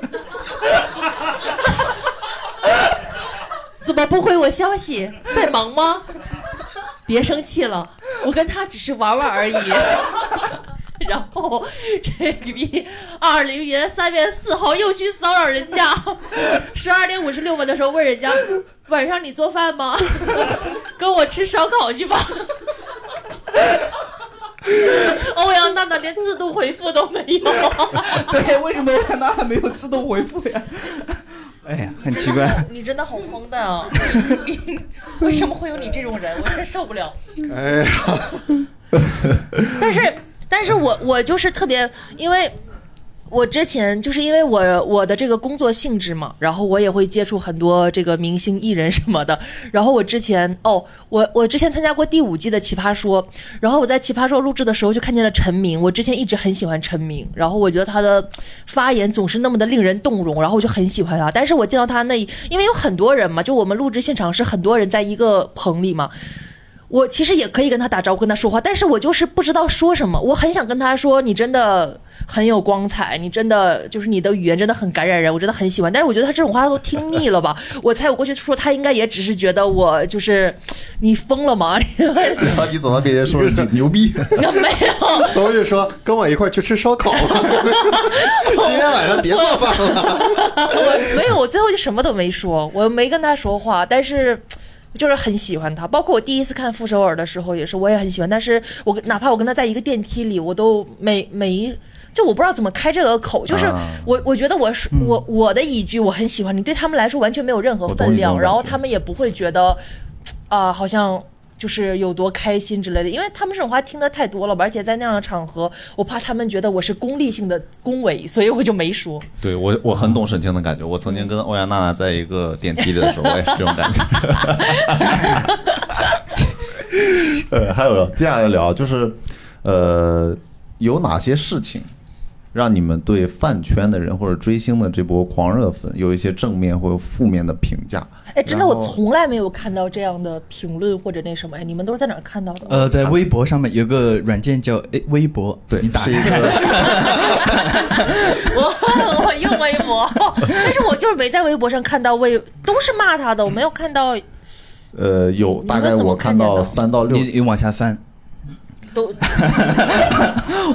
[SPEAKER 3] 怎么不回我消息？在忙吗？别生气了，我跟他只是玩玩而已。 *laughs* 然后这个逼，二零年三月四号又去骚扰人家，十二点五十六分的时候问人家晚上你做饭吗？ *laughs* 跟我吃烧烤去吧。 *laughs* 欧阳娜娜连自动回复都没有，
[SPEAKER 2] 对，为什么我娜娜没有自动回复呀？哎呀，很奇怪，
[SPEAKER 3] 你真的好荒诞啊！你为什么会有你这种人？我真受不了。
[SPEAKER 6] 哎呀，
[SPEAKER 3] 但是，但是我我就是特别，因为我之前就是因为我我的这个工作性质嘛，然后我也会接触很多这个明星艺人什么的。 *laughs* 然后我之前哦，我我之前参加过第五季的《奇葩说》，然后我在《奇葩说》录制的时候就看见了陈明。我之前一直很喜欢陈明，然后我觉得他的发言总是那么的令人动容，然后我就很喜欢他。但是我见到他那一，因为有很多人嘛，就我们录制现场是很多人在一个棚里嘛，我其实也可以跟他打招呼，跟他说话，但是我就是不知道说什么。我很想跟他说，你真的很有光彩，你真的就是你的语言真的很感染人，我真的很喜欢。但是我觉得他这种话他都听腻了吧？我猜我过去说他应该也只是觉得我就是你疯了吗？ *laughs*
[SPEAKER 5] 然后你走到面前说一
[SPEAKER 6] *laughs*
[SPEAKER 5] 句牛逼，
[SPEAKER 3] 没有，
[SPEAKER 6] 所以就说跟我一块儿去吃烧烤吧，今天晚上别做饭了。
[SPEAKER 3] *laughs* 我没有，我最后就什么都没说，我没跟他说话，但是。就是很喜欢他，包括我第一次看傅首尔的时候也是，我也很喜欢。但是我跟哪怕我跟他在一个电梯里，我都没没就我不知道怎么开这个口。就是
[SPEAKER 5] 啊
[SPEAKER 3] 我我觉得我是我我的一句我很喜欢你，对他们来说完全没有任何
[SPEAKER 5] 我懂
[SPEAKER 3] 分
[SPEAKER 5] 你这
[SPEAKER 3] 量，
[SPEAKER 5] 种
[SPEAKER 3] 然后
[SPEAKER 5] 感觉
[SPEAKER 3] 他们也不会觉得啊、好像就是有多开心之类的，因为他们这种话听得太多了吧，而且在那样的场合，我怕他们觉得我是功利性的恭维，所以我就没说。
[SPEAKER 5] 对我我很懂沈清的感觉。我曾经跟欧阳娜娜在一个电梯里的时候，我也是这种感 *laughs* 觉。呃，还有接下来聊就是，呃，有哪些事情让你们对饭圈的人或者追星的这波狂热粉有一些正面或者负面的评价？
[SPEAKER 3] 哎，真的，
[SPEAKER 5] 然后
[SPEAKER 3] 我从来没有看到这样的评论或者那什么，哎，你们都是在哪儿看到的？
[SPEAKER 5] *laughs*
[SPEAKER 2] 呃，在微博上面有个软件叫诶微博，
[SPEAKER 5] 对
[SPEAKER 2] 你，打
[SPEAKER 5] 是一
[SPEAKER 2] 开看
[SPEAKER 5] 个
[SPEAKER 3] 我我用微博， *laughs* 但是我就是没在微博上看到微，都是骂他的，我没有看到
[SPEAKER 5] 呃，有
[SPEAKER 3] 你
[SPEAKER 5] 大
[SPEAKER 3] 们
[SPEAKER 5] 概
[SPEAKER 3] 怎么
[SPEAKER 5] 我看
[SPEAKER 3] 看见
[SPEAKER 5] 到
[SPEAKER 3] 的
[SPEAKER 5] 三到六
[SPEAKER 2] 你你往下翻，
[SPEAKER 5] *laughs*
[SPEAKER 3] 都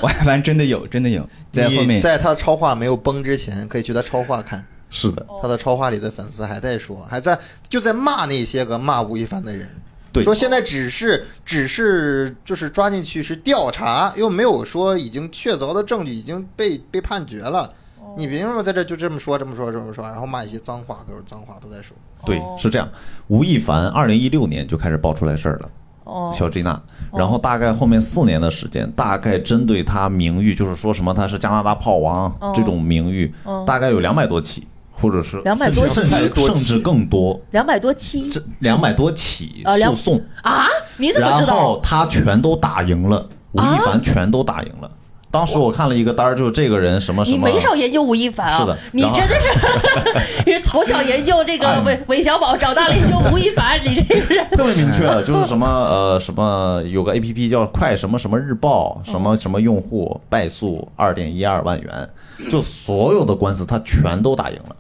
[SPEAKER 2] 往下翻真的有，真的有，在后
[SPEAKER 6] 你
[SPEAKER 2] 面
[SPEAKER 6] 在他超话没有崩之前，可以去他超话看，
[SPEAKER 5] 是的，
[SPEAKER 3] 哦
[SPEAKER 6] 他的超话里的粉丝还在说，还在就在骂那些个骂吴亦凡的人。
[SPEAKER 5] 对
[SPEAKER 6] 说现在只是只是就是抓进去是调查，又没有说已经确凿的证据，已经被被判决了。你凭什么在这就这么说这么说这么说，然后骂一些脏话，各种脏话都在说。
[SPEAKER 5] 对，是这样。吴亦凡二零一六年就开始爆出来事儿了。
[SPEAKER 3] 哦
[SPEAKER 5] 小 G 娜，然后大概后面四年的时间，大概针对他名誉，就是说什么他是加拿大炮王
[SPEAKER 3] 哦
[SPEAKER 5] 这种名誉，大概有两百多起，或者是
[SPEAKER 3] 200多起
[SPEAKER 5] 甚至甚至更多，
[SPEAKER 3] 两百多期
[SPEAKER 5] 这两百多起
[SPEAKER 3] 呃两
[SPEAKER 5] 诉讼，
[SPEAKER 3] 啊？你怎么
[SPEAKER 5] 然
[SPEAKER 3] 知
[SPEAKER 5] 后
[SPEAKER 3] 道？啊
[SPEAKER 5] 他全都打赢了，吴亦凡全都打赢了。当时我看了一个单儿，就是这个人什么什
[SPEAKER 3] 你
[SPEAKER 5] 么，
[SPEAKER 3] 没少研究吴亦凡啊？
[SPEAKER 5] 是的
[SPEAKER 3] 你
[SPEAKER 5] 然后
[SPEAKER 3] 真的是， *laughs* 你是从小研究这个
[SPEAKER 5] 哎
[SPEAKER 3] 韦韦小宝，长大了研究吴亦凡，你这
[SPEAKER 5] *laughs*
[SPEAKER 3] 个人。
[SPEAKER 5] 特别明确，就是什么呃什么有个 A P P 叫快什么什么日报，什么什么用户败诉二点一二万元，就所有的官司他全都打赢了，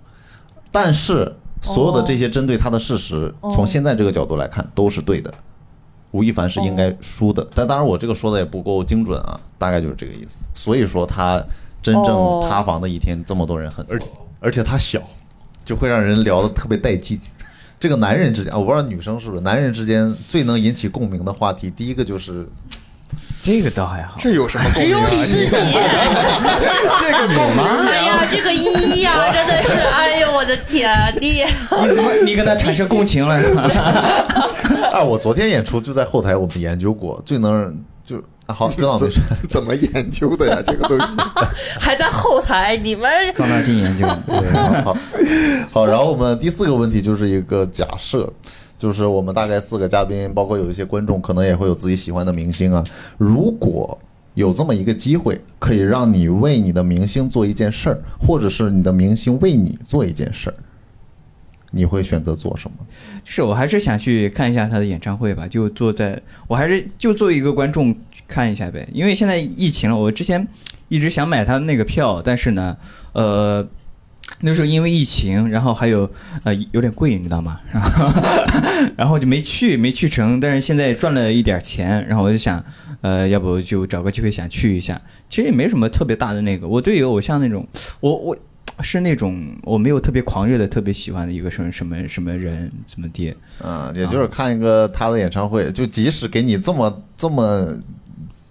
[SPEAKER 5] 但是所有的这些针对他的事实，从现在这个角度来看都是对的，吴亦凡是应该输的，但当然我这个说的也不够精准啊，大概就是这个意思。所以说他真正
[SPEAKER 3] 哦
[SPEAKER 5] 塌房的一天，这么多人很，而而且他小，就会让人聊得特别带劲。这个男人之间，啊我不知道女生是不是，男人之间最能引起共鸣的话题，第一个就是
[SPEAKER 2] 这个倒还好。
[SPEAKER 6] 这有什么共
[SPEAKER 3] 只
[SPEAKER 6] 鸣
[SPEAKER 3] 有
[SPEAKER 6] 啊？
[SPEAKER 3] 你自己，*laughs*
[SPEAKER 6] 这个共鸣
[SPEAKER 3] 哎呀，这个一呀、真的是，哎呦，我的天，你
[SPEAKER 2] *laughs* 你怎么你跟他产生共情了？ *laughs*
[SPEAKER 5] 啊，我昨天演出就在后台，我们研究过最能就啊好，知道没事。
[SPEAKER 6] 怎怎么研究的呀？这个东西，
[SPEAKER 3] 还在后台，你们
[SPEAKER 2] 放大镜研究，
[SPEAKER 5] 对，好， *laughs* 好，然后我们第四个问题就是一个假设，就是我们大概四个嘉宾，包括有一些观众，可能也会有自己喜欢的明星啊。如果有这么一个机会，可以让你为你的明星做一件事儿，或者是你的明星为你做一件事儿，你会选择做什么？
[SPEAKER 2] 是我还是想去看一下他的演唱会吧，就坐在我还是就做一个观众看一下呗，因为现在疫情了，我之前一直想买他那个票，但是呢，呃。那时候因为疫情，然后还有呃有点贵，你知道吗？ *laughs* 然后然后就没去，没去成。但是现在赚了一点钱，然后我就想，呃，要不就找个机会想去一下。其实也没什么特别大的那个。我对于偶像那种，我我是那种我没有特别狂热的、特别喜欢的一个什么什么什么人怎么地，
[SPEAKER 5] 嗯，也就是看一个他的演唱会，就即使给你这么这么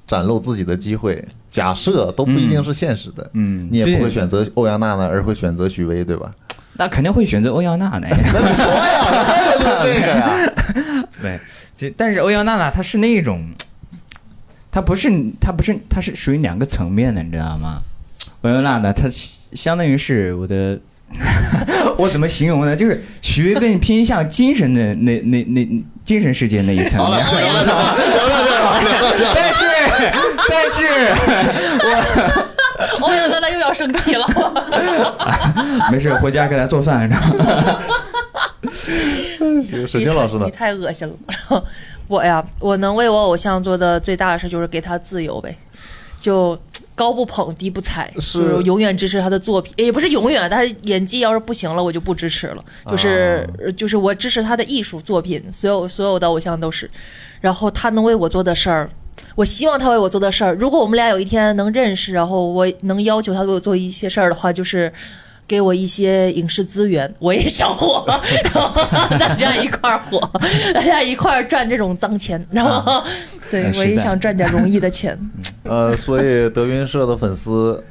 [SPEAKER 5] 展露自己的机会，假设都不一定是现实的。
[SPEAKER 2] 嗯
[SPEAKER 5] 你也
[SPEAKER 2] 对
[SPEAKER 5] 不会选择欧阳娜娜，而会选择许巍，对
[SPEAKER 6] *laughs*
[SPEAKER 5] 吧？
[SPEAKER 2] 那肯定会选择欧阳娜娜呀。
[SPEAKER 5] 这个呀，
[SPEAKER 2] *laughs*
[SPEAKER 5] *laughs*
[SPEAKER 2] 对，其但是欧阳娜娜她是那种，她不是她不是她是属于两个层面的，你知道吗？欧阳娜娜她相当于是我的， *laughs* 我怎么形容呢？就是徐巍更偏向精神的那那那那精神世界那一层面。 *laughs* 但是但是
[SPEAKER 3] *laughs* 欧阳娜娜又要生气
[SPEAKER 5] *laughs*
[SPEAKER 3] 了。
[SPEAKER 2] 没事，回家给她做饭，然后
[SPEAKER 5] 沈清老师呢
[SPEAKER 3] 你？太恶心了。我呀，我能为我偶像做的最大的事就是给他自由呗，就高不捧，低不踩，
[SPEAKER 5] 是
[SPEAKER 3] 就是永远支持他的作品，也不是永远，他演技要是不行了，我就不支持了。
[SPEAKER 5] 啊
[SPEAKER 3] 就是、呃就是我支持他的艺术作品，所有所有的偶像都是。然后他能为我做的事儿。我希望他为我做的事儿，如果我们俩有一天能认识，然后我能要求他为我做一些事儿的话，就是给我一些影视资源，我也想
[SPEAKER 6] *laughs*
[SPEAKER 3] 火，然后大家一块儿火，大家一块儿赚这种脏钱，然后、
[SPEAKER 6] 啊
[SPEAKER 3] 对
[SPEAKER 2] 很实
[SPEAKER 3] 我也
[SPEAKER 2] 在
[SPEAKER 3] 想赚点容易的钱。*laughs*
[SPEAKER 6] 嗯
[SPEAKER 5] 呃，所以德云社的粉丝，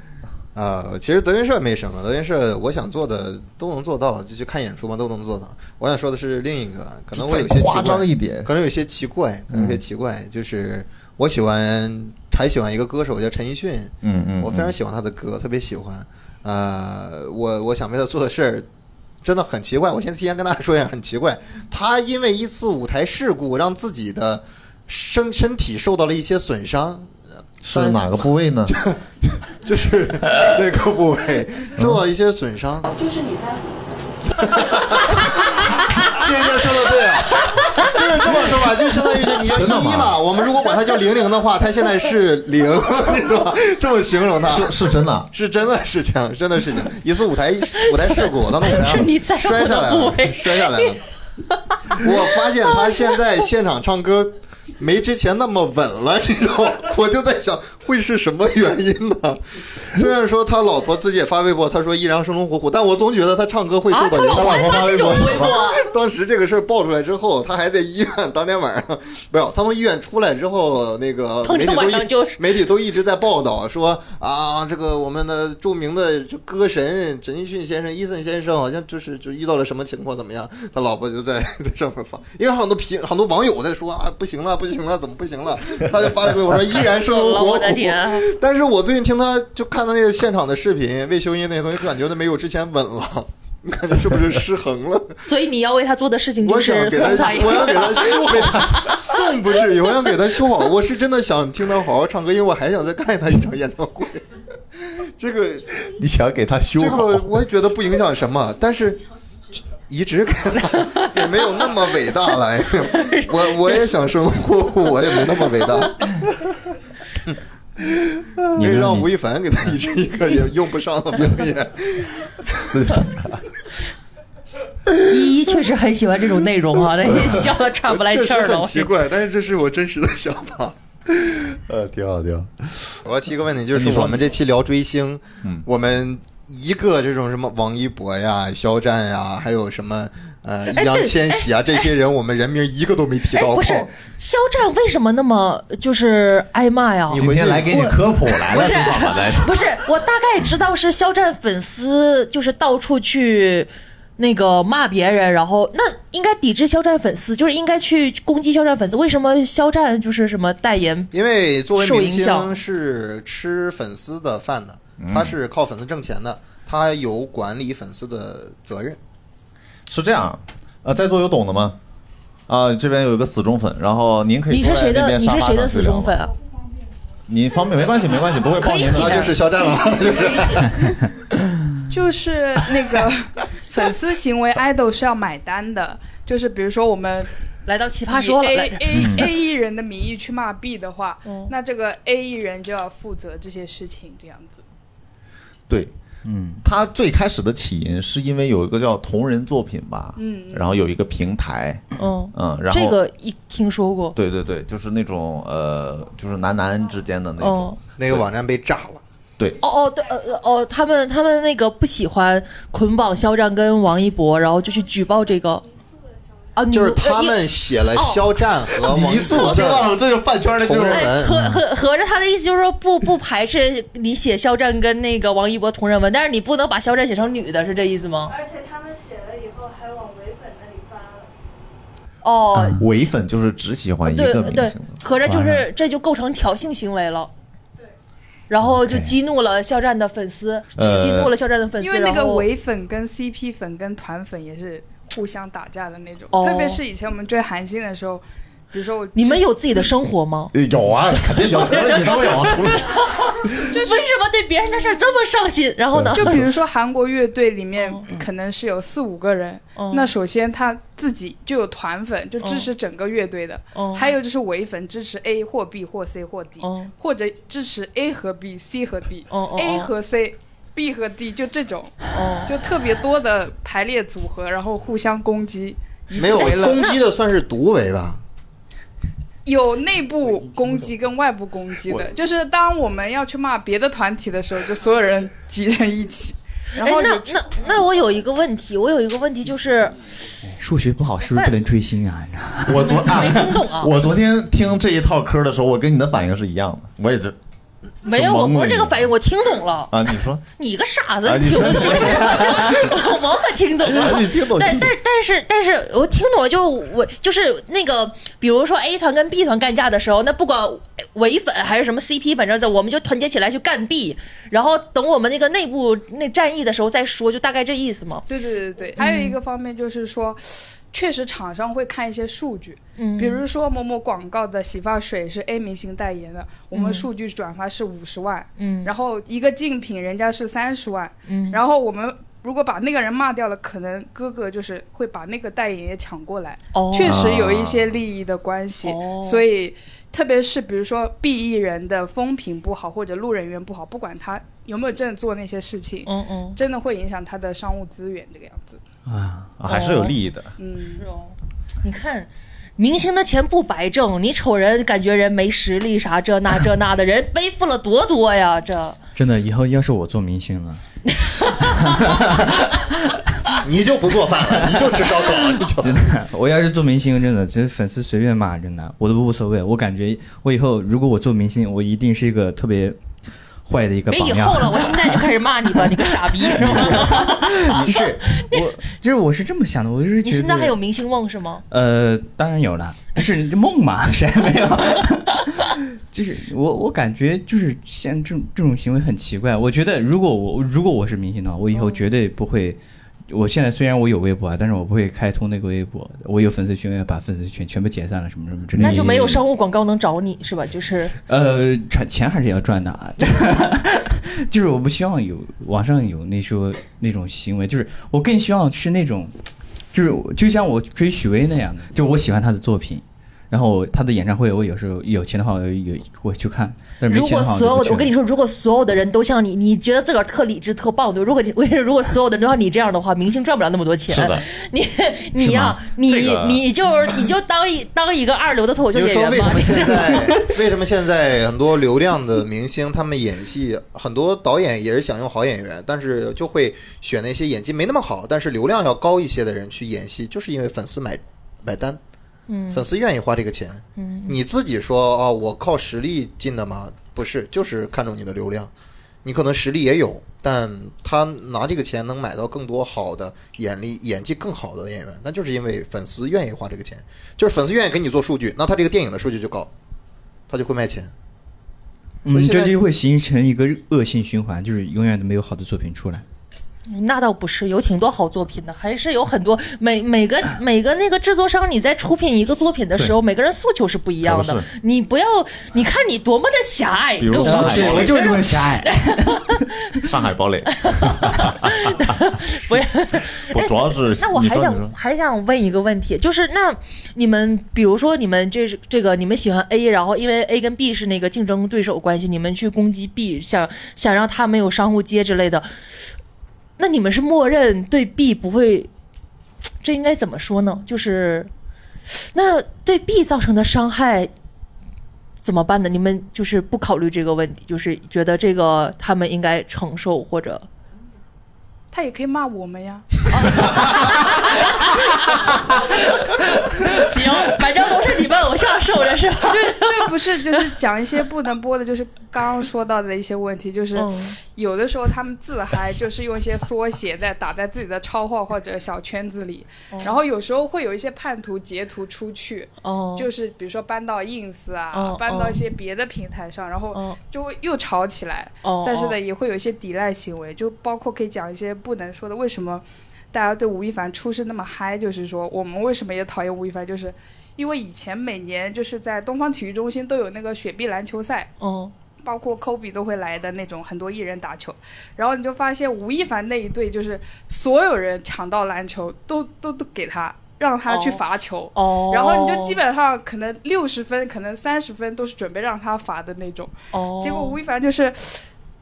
[SPEAKER 6] 啊，其实德云社没什么，德云社我想做的都能做到，就去看演出嘛，都能做到。我想说的是另一个，可能我有些
[SPEAKER 5] 夸
[SPEAKER 6] 奇怪
[SPEAKER 5] 张一点嗯
[SPEAKER 6] 可能有些奇怪，可能有些奇怪，就是我喜欢还喜欢一个歌手叫陈奕迅，
[SPEAKER 5] 嗯嗯
[SPEAKER 6] 我非常喜欢他的歌，特别喜欢。呃，我我想为他做的事儿真的很奇怪。我先提前跟大家说一下，很奇怪，他因为一次舞台事故让自己的身身体受到了一些损伤。呃
[SPEAKER 5] 是哪个部位
[SPEAKER 6] *laughs*
[SPEAKER 5] 呢？
[SPEAKER 6] 就是那个部位
[SPEAKER 5] 嗯
[SPEAKER 6] 受到一些损伤。 *laughs* 就是你在。先生说的对啊，就是这么说吧，就相当于是你要
[SPEAKER 5] 真的吗
[SPEAKER 6] 一嘛，我们如果管它叫零零的话，它现在是零， *laughs* 你知道吧？这么形容它。
[SPEAKER 5] 是是真的啊，
[SPEAKER 6] 是真的事情，真的事情。一次舞台舞台事故，我当时舞台
[SPEAKER 7] 是你在乎的
[SPEAKER 6] 摔下来了
[SPEAKER 7] 部位，
[SPEAKER 6] 摔下来了。我发现他现在现场唱歌没之前那么稳了，你知道吗？我就在想会是什么原因呢？虽然说他老婆自己也发微博，他说依然生龙活虎，但我总觉得他唱歌会
[SPEAKER 7] 啊
[SPEAKER 6] 受到影响。
[SPEAKER 5] 老婆发微博
[SPEAKER 7] 微博，啊
[SPEAKER 6] 当时这个事儿爆出来之后，他还在医院。当天晚上，没有，他从医院出来之后，那个
[SPEAKER 7] 当天
[SPEAKER 6] 媒体都
[SPEAKER 7] 晚上
[SPEAKER 6] 一
[SPEAKER 7] 就是
[SPEAKER 6] *laughs* 媒体都一直在报道说啊，这个我们的著名的歌神陈奕迅先生、伊森先生，好像就是就遇到了什么情况，怎么样？他老婆就在 *laughs* 在上面发，因为很多评很多网友在说啊，不行了，不行了，怎么不行了？他就发了一个微博说依然生
[SPEAKER 3] *laughs*
[SPEAKER 6] 龙活
[SPEAKER 7] 我
[SPEAKER 6] 虎
[SPEAKER 7] 的。
[SPEAKER 3] 啊
[SPEAKER 7] 天！啊
[SPEAKER 6] 但是我最近听他就看他那个现场的视频，魏修音那些东西，感觉都没有之前稳了， *laughs* 感觉是不是失衡了？
[SPEAKER 3] 所以你要为他做的事情就
[SPEAKER 6] 我想
[SPEAKER 3] 是
[SPEAKER 6] 给
[SPEAKER 3] *laughs* 送
[SPEAKER 6] 他
[SPEAKER 3] 一，
[SPEAKER 6] 我
[SPEAKER 3] 个。
[SPEAKER 6] 要给他修给他 *laughs* 送不至于，我想给他修好。我是真的想听他好好唱歌，因为我还想再看他一场演唱会。 *laughs* 这个
[SPEAKER 5] 你想给他修
[SPEAKER 6] 这
[SPEAKER 5] 好？
[SPEAKER 6] 个我觉得不影响什么，但是移植给
[SPEAKER 3] *laughs*
[SPEAKER 6] 他也没有那么伟大了。哎呦我我也想生活，我也没那么伟
[SPEAKER 2] *laughs*
[SPEAKER 6] 大。
[SPEAKER 2] 你
[SPEAKER 6] 可以
[SPEAKER 2] 说
[SPEAKER 6] 让
[SPEAKER 2] 你
[SPEAKER 6] 吴亦凡给他移植一个，也用不上了，表演。
[SPEAKER 3] *laughs* 依依确实很喜欢这种内容
[SPEAKER 6] *laughs*
[SPEAKER 3] 啊，那也笑得喘不来气儿
[SPEAKER 6] 确实
[SPEAKER 3] 了。
[SPEAKER 6] 很奇怪，但是这是我真实的想法。
[SPEAKER 5] 呃，挺好挺好。
[SPEAKER 6] 我要提个问题，就
[SPEAKER 5] 哎你
[SPEAKER 6] 是
[SPEAKER 5] 说嗯
[SPEAKER 6] 我们这期聊追星，我们一个这种什么王一博呀、肖战呀，还有什么呃易烊千玺啊，这些人我们人名一个都没提
[SPEAKER 3] 哎，
[SPEAKER 6] 到
[SPEAKER 3] 不
[SPEAKER 6] 过。
[SPEAKER 3] 是，肖战为什么那么就是挨骂呀？
[SPEAKER 6] 你
[SPEAKER 5] 今
[SPEAKER 6] 回去
[SPEAKER 5] 天来给你科普来了，正好
[SPEAKER 6] *laughs*
[SPEAKER 5] 来。
[SPEAKER 3] 不是，我大概知道是肖战粉丝就是到处去那个骂别人，然后那应该抵制肖战粉丝，就是应该去攻击肖战粉丝。为什么肖战就是什么代言？
[SPEAKER 6] 因为作为
[SPEAKER 3] 受
[SPEAKER 6] 明
[SPEAKER 3] 影
[SPEAKER 6] 星
[SPEAKER 3] 响
[SPEAKER 6] 是吃粉丝的饭的，
[SPEAKER 5] 嗯
[SPEAKER 6] 他是靠粉丝挣钱的，他有管理粉丝的责任。
[SPEAKER 5] 是这样，呃，在座有懂的吗？啊，这边有一个死忠粉，然后您可以
[SPEAKER 3] *laughs* 你
[SPEAKER 5] 坐
[SPEAKER 3] 是
[SPEAKER 5] 在
[SPEAKER 3] 谁
[SPEAKER 5] 那
[SPEAKER 3] 的？
[SPEAKER 5] 边
[SPEAKER 3] 你
[SPEAKER 5] 沙
[SPEAKER 3] 是
[SPEAKER 5] 发
[SPEAKER 3] 谁的
[SPEAKER 5] 上
[SPEAKER 3] 死
[SPEAKER 5] 去聊
[SPEAKER 3] 忠
[SPEAKER 5] 吧
[SPEAKER 3] 粉啊？
[SPEAKER 5] 你方便没关系，没关系，不会报
[SPEAKER 3] 可以
[SPEAKER 5] 您的
[SPEAKER 3] 解
[SPEAKER 6] 那
[SPEAKER 3] 释
[SPEAKER 6] 就是肖战了
[SPEAKER 3] *laughs*
[SPEAKER 6] 吗？就是
[SPEAKER 8] 就是那个粉丝行为，idol 是要买单的。就是比如说我们
[SPEAKER 3] 来到奇葩
[SPEAKER 8] 以
[SPEAKER 3] 说了，嗯
[SPEAKER 8] A
[SPEAKER 3] 来
[SPEAKER 8] A A 艺人的名义去骂 B 的话，那这个 A 艺人就要负责这些事情，这样子。
[SPEAKER 5] 对，
[SPEAKER 2] 嗯，
[SPEAKER 5] 它最开始的起因是因为有一个叫同人作品吧，
[SPEAKER 8] 嗯
[SPEAKER 5] 然后有一个平台，
[SPEAKER 3] 嗯，
[SPEAKER 5] 嗯，然后
[SPEAKER 3] 这个一听说过，
[SPEAKER 5] 对对对，就是那种呃，就是男男之间的那种
[SPEAKER 3] 哦，
[SPEAKER 6] 那个网站被炸了。
[SPEAKER 3] 哦哦，对，呃呃哦，他们他们那个不喜欢捆绑肖战跟王一博，然后就去举报这个。啊，你
[SPEAKER 6] 就是
[SPEAKER 3] 呃
[SPEAKER 6] 他
[SPEAKER 3] 因
[SPEAKER 6] 们写了
[SPEAKER 3] 哦
[SPEAKER 6] 肖战和王
[SPEAKER 5] 泥塑，
[SPEAKER 6] 一
[SPEAKER 5] 听到
[SPEAKER 6] 博
[SPEAKER 5] 哦了，这是饭圈
[SPEAKER 6] 的
[SPEAKER 5] 的
[SPEAKER 6] 同
[SPEAKER 5] 这
[SPEAKER 6] 人
[SPEAKER 5] 种
[SPEAKER 6] 文。
[SPEAKER 3] 合
[SPEAKER 5] 嗯
[SPEAKER 3] 合合着他的意思就是说不不排斥你写肖战跟那个王一博同人文，但是你不能把肖战写成女的，是这意思吗？
[SPEAKER 9] 而且他们写了以后还往唯粉那里发了。
[SPEAKER 3] 哦，
[SPEAKER 5] 伪粉就是只喜嗯欢一
[SPEAKER 3] 对
[SPEAKER 5] 个明
[SPEAKER 3] 对
[SPEAKER 5] 星的，
[SPEAKER 3] 合着就
[SPEAKER 2] 完
[SPEAKER 3] 是这就构成挑衅行为了。然后就
[SPEAKER 2] OK
[SPEAKER 3] 激怒了肖战的粉丝，
[SPEAKER 5] 呃
[SPEAKER 3] 激怒了肖战的粉丝，
[SPEAKER 8] 因为那
[SPEAKER 3] 然
[SPEAKER 8] 个
[SPEAKER 3] 后
[SPEAKER 8] 伪粉跟 CP 粉跟团粉也是互相打架的那种，
[SPEAKER 3] 哦
[SPEAKER 8] 特别是以前我们追韩星的时候，比如说我
[SPEAKER 3] 你们有自己的生活
[SPEAKER 8] *laughs*
[SPEAKER 3] 吗？
[SPEAKER 5] 呃有啊，肯定有，除了你都有，除了
[SPEAKER 3] 就是为什么对别人的事儿这么上心？然后呢？
[SPEAKER 8] *laughs* 就比如说韩国乐队里面可能是有四五个人，
[SPEAKER 3] 嗯
[SPEAKER 8] 那首先他自己就有团粉，就支持整个乐队的，
[SPEAKER 3] 嗯
[SPEAKER 8] 还有就是伪粉支持 A 或 B 或 C 或 D，、
[SPEAKER 3] 嗯
[SPEAKER 8] 或者支持 A 和 B、C 和 D、
[SPEAKER 3] 嗯嗯
[SPEAKER 8] A
[SPEAKER 3] 嗯
[SPEAKER 8] 和 C。B 和 D 就这种，
[SPEAKER 3] 哦
[SPEAKER 8] 就特别多的排列组合，然后互相攻击，以
[SPEAKER 6] 没有
[SPEAKER 8] 此为乐
[SPEAKER 6] 攻击的算是独为吧？
[SPEAKER 8] 有内部攻击跟外部攻击的，就是当我们要去骂别的团体的时候，就所有人集成一起，然
[SPEAKER 3] 哎
[SPEAKER 8] 后，
[SPEAKER 3] 那那那我有一个问题，我有一个问题就是
[SPEAKER 2] 数学不好是不是不能追星啊？ *laughs* 你知道吗
[SPEAKER 5] 我昨啊
[SPEAKER 3] 没听懂啊，
[SPEAKER 5] 我昨天听这一套嗑的时候，我跟你的反应是一样的，我也就
[SPEAKER 3] 没有，我不是这个反应，我听懂了。
[SPEAKER 5] *laughs* 啊，你说
[SPEAKER 3] 你个傻子，
[SPEAKER 5] 啊
[SPEAKER 3] 你
[SPEAKER 5] 你
[SPEAKER 3] 听
[SPEAKER 5] 说
[SPEAKER 3] 不懂这个？我
[SPEAKER 1] 我可听懂了。
[SPEAKER 5] 哎你听懂？
[SPEAKER 1] 对，但但是但是我听懂了，就是我就是那个，比如说 A 团跟 B 团干架的时候，那不管唯粉还是什么 CP，反正在我们就团结起来去干 B，然后等我们那个内部那战役的时候再说，就大概这意思嘛。
[SPEAKER 8] 对对对
[SPEAKER 1] 嗯
[SPEAKER 8] 对，还有一个方面就是说，确实厂商会看一些数据，
[SPEAKER 1] 嗯
[SPEAKER 8] 比如说某某广告的洗发水是 A 明星代言的，我们数据转发是五十万，
[SPEAKER 1] 嗯
[SPEAKER 8] 然后一个竞品人家是三十万，
[SPEAKER 1] 嗯
[SPEAKER 8] 然后我们。如果把那个人骂掉了，可能哥哥就是会把那个代言也抢过来，
[SPEAKER 1] 哦
[SPEAKER 8] 确实有一些利益的关系，
[SPEAKER 1] 哦
[SPEAKER 8] 所以特别是比如说 B 艺人的风评不好或者路人缘不好，不管他有没有真的做那些事情，
[SPEAKER 1] 嗯嗯，
[SPEAKER 8] 真的会影响他的商务资源这个样子。
[SPEAKER 2] 啊，
[SPEAKER 5] 啊还
[SPEAKER 3] 哦
[SPEAKER 5] 是有利益的。
[SPEAKER 8] 嗯，
[SPEAKER 3] 你看，明星的钱不白挣，你瞅人感觉人没实力啥这那这那的，人背负了多多呀，这
[SPEAKER 2] 真的，以后要是我做明星了，
[SPEAKER 6] 你就不做饭了，你就吃烧烤，
[SPEAKER 3] *laughs*
[SPEAKER 6] 你就
[SPEAKER 2] 真的， *laughs* 我要是做明星，真的，其实粉丝随便骂，真的，我都无所谓。我感觉我以后如果我做明星，我一定是一个特别坏的一个
[SPEAKER 1] 别
[SPEAKER 2] 榜
[SPEAKER 1] 以
[SPEAKER 2] 样
[SPEAKER 1] 后。了，我现在就开始骂你吧，你个傻逼是吗？
[SPEAKER 2] *laughs* 是我，就是我是这么想的，我就是
[SPEAKER 1] 你
[SPEAKER 2] 觉
[SPEAKER 1] 现在
[SPEAKER 2] 得
[SPEAKER 1] 还有明星梦是吗？
[SPEAKER 2] 呃，当然有了，就是梦嘛， *laughs* 谁还没有？就是我，我感觉就是像这种这种行为很奇怪。我觉得如果我如果我是明星的话，我以后
[SPEAKER 1] 嗯
[SPEAKER 2] 绝对不会。我现在虽然我有微博啊，但是我不会开通那个微博。我有粉丝群，我要把粉丝群全部解散了，什么什么之类的。
[SPEAKER 1] 那就没有商务广告能找你是吧？就是
[SPEAKER 2] 呃，赚钱还是要赚的，啊， *laughs* 就是我不希望有网上有那说那种行为，就是我更希望是那种，就是就像我追许巍那样的，就我喜欢他的作品，然后他的演唱会，我有时候有钱的话我有我去看，但是没
[SPEAKER 3] 如
[SPEAKER 2] 钱
[SPEAKER 3] 果
[SPEAKER 2] 的话
[SPEAKER 3] 所有的，我
[SPEAKER 2] 我
[SPEAKER 3] 跟你
[SPEAKER 2] 说，
[SPEAKER 3] 说，如果所有的人都像你，你觉得自个儿特理智、特棒的，如果你 *laughs* 我跟你说，如果所有的人都像你这样的话，明星赚不了那么多钱。
[SPEAKER 5] 是的，
[SPEAKER 3] 你你呀、你、
[SPEAKER 5] 这个
[SPEAKER 3] 你就是你就当一当一个二流的脱口秀
[SPEAKER 6] 你就
[SPEAKER 3] 演
[SPEAKER 6] 说为
[SPEAKER 3] 员
[SPEAKER 6] 什
[SPEAKER 3] 吧
[SPEAKER 6] 么。现 *laughs* 在为什么现在很多流量的明星他们演戏，很多导演也是想用好演员，但是就会选那些演技没那么好，但是流量要高一些的人去演戏，就是因为粉丝买买单，嗯，粉丝愿意花这个钱，嗯，你自己说啊，我靠实力进的吗？不是，就是看重你的流量，你可能实力也有，但他拿这个钱能买到更多好的演力、演技更好的演员，那就是因为粉丝愿意花这个钱，就是粉丝愿意给你做数据，那他这个电影的数据就高，他就会卖钱。所以
[SPEAKER 2] 嗯，
[SPEAKER 6] 现在
[SPEAKER 2] 这就会形成一个恶性循环，就是永远都没有好的作品出来。
[SPEAKER 3] *laughs* 那倒不是，有挺多好作品的，还是有很多每每个每个那个制作商，你在出品一个作品的时候，每个人诉求是不一样
[SPEAKER 5] 可不
[SPEAKER 3] 的
[SPEAKER 5] 是。
[SPEAKER 3] 你不要，你看你多么的狭隘，
[SPEAKER 5] 比如
[SPEAKER 3] 跟
[SPEAKER 5] 说
[SPEAKER 3] 我
[SPEAKER 5] 啊对
[SPEAKER 2] 我就是这么狭隘。
[SPEAKER 5] 上海堡垒，
[SPEAKER 3] *laughs* 不要。哎
[SPEAKER 5] 我主要是
[SPEAKER 3] 那我
[SPEAKER 5] 你
[SPEAKER 3] 还
[SPEAKER 5] 说你
[SPEAKER 3] 想
[SPEAKER 5] 说
[SPEAKER 3] 还想问一个问题，就是那你们比如说你们这是这个你们喜欢 A，然后因为 A 跟 B 是那个竞争对手关系，你们去攻击 B，想想让他没有商务接之类的，那你们是默认对 B 不会，这应该怎么说呢？就是那对 B 造成的伤害。怎么办呢？你们就是不考虑这个问题，就是觉得这个他们应该承受，或者
[SPEAKER 8] 他也可以骂我们呀。
[SPEAKER 3] 行，反正都是你们偶像受着是吧？
[SPEAKER 8] 对，这不是就是讲一些不能播的，就是刚刚说到的一些问题，就是
[SPEAKER 3] 嗯
[SPEAKER 8] 有的时候他们自嗨，就是用一些缩写在打在自己的超话或者小圈子里，然后有时候会有一些叛徒截图出去，
[SPEAKER 3] 哦，
[SPEAKER 8] 就是比如说搬到 ins 啊
[SPEAKER 3] 哦，
[SPEAKER 8] 搬到一些别的平台上，然后
[SPEAKER 3] 哦
[SPEAKER 8] 就会又吵起来。
[SPEAKER 3] 哦，
[SPEAKER 8] 但是呢，也会有一些抵赖行为，就包括可以讲一些不能说的。为什么大家对吴亦凡出身那么嗨？就是说，我们为什么也讨厌吴亦凡？就是因为以前每年就是在东方体育中心都有那个雪碧篮球赛，
[SPEAKER 3] 哦，
[SPEAKER 8] 包括科比都会来的那种很多艺人打球，然后你就发现吴亦凡那一队就是所有人抢到篮球都都都给他，让他去
[SPEAKER 3] 哦
[SPEAKER 8] 罚球。
[SPEAKER 3] 哦哦，
[SPEAKER 8] 然后你就基本上可能六十分，可能三十分都是准备让他罚的那种，
[SPEAKER 3] 哦，
[SPEAKER 8] 结果吴亦凡就是，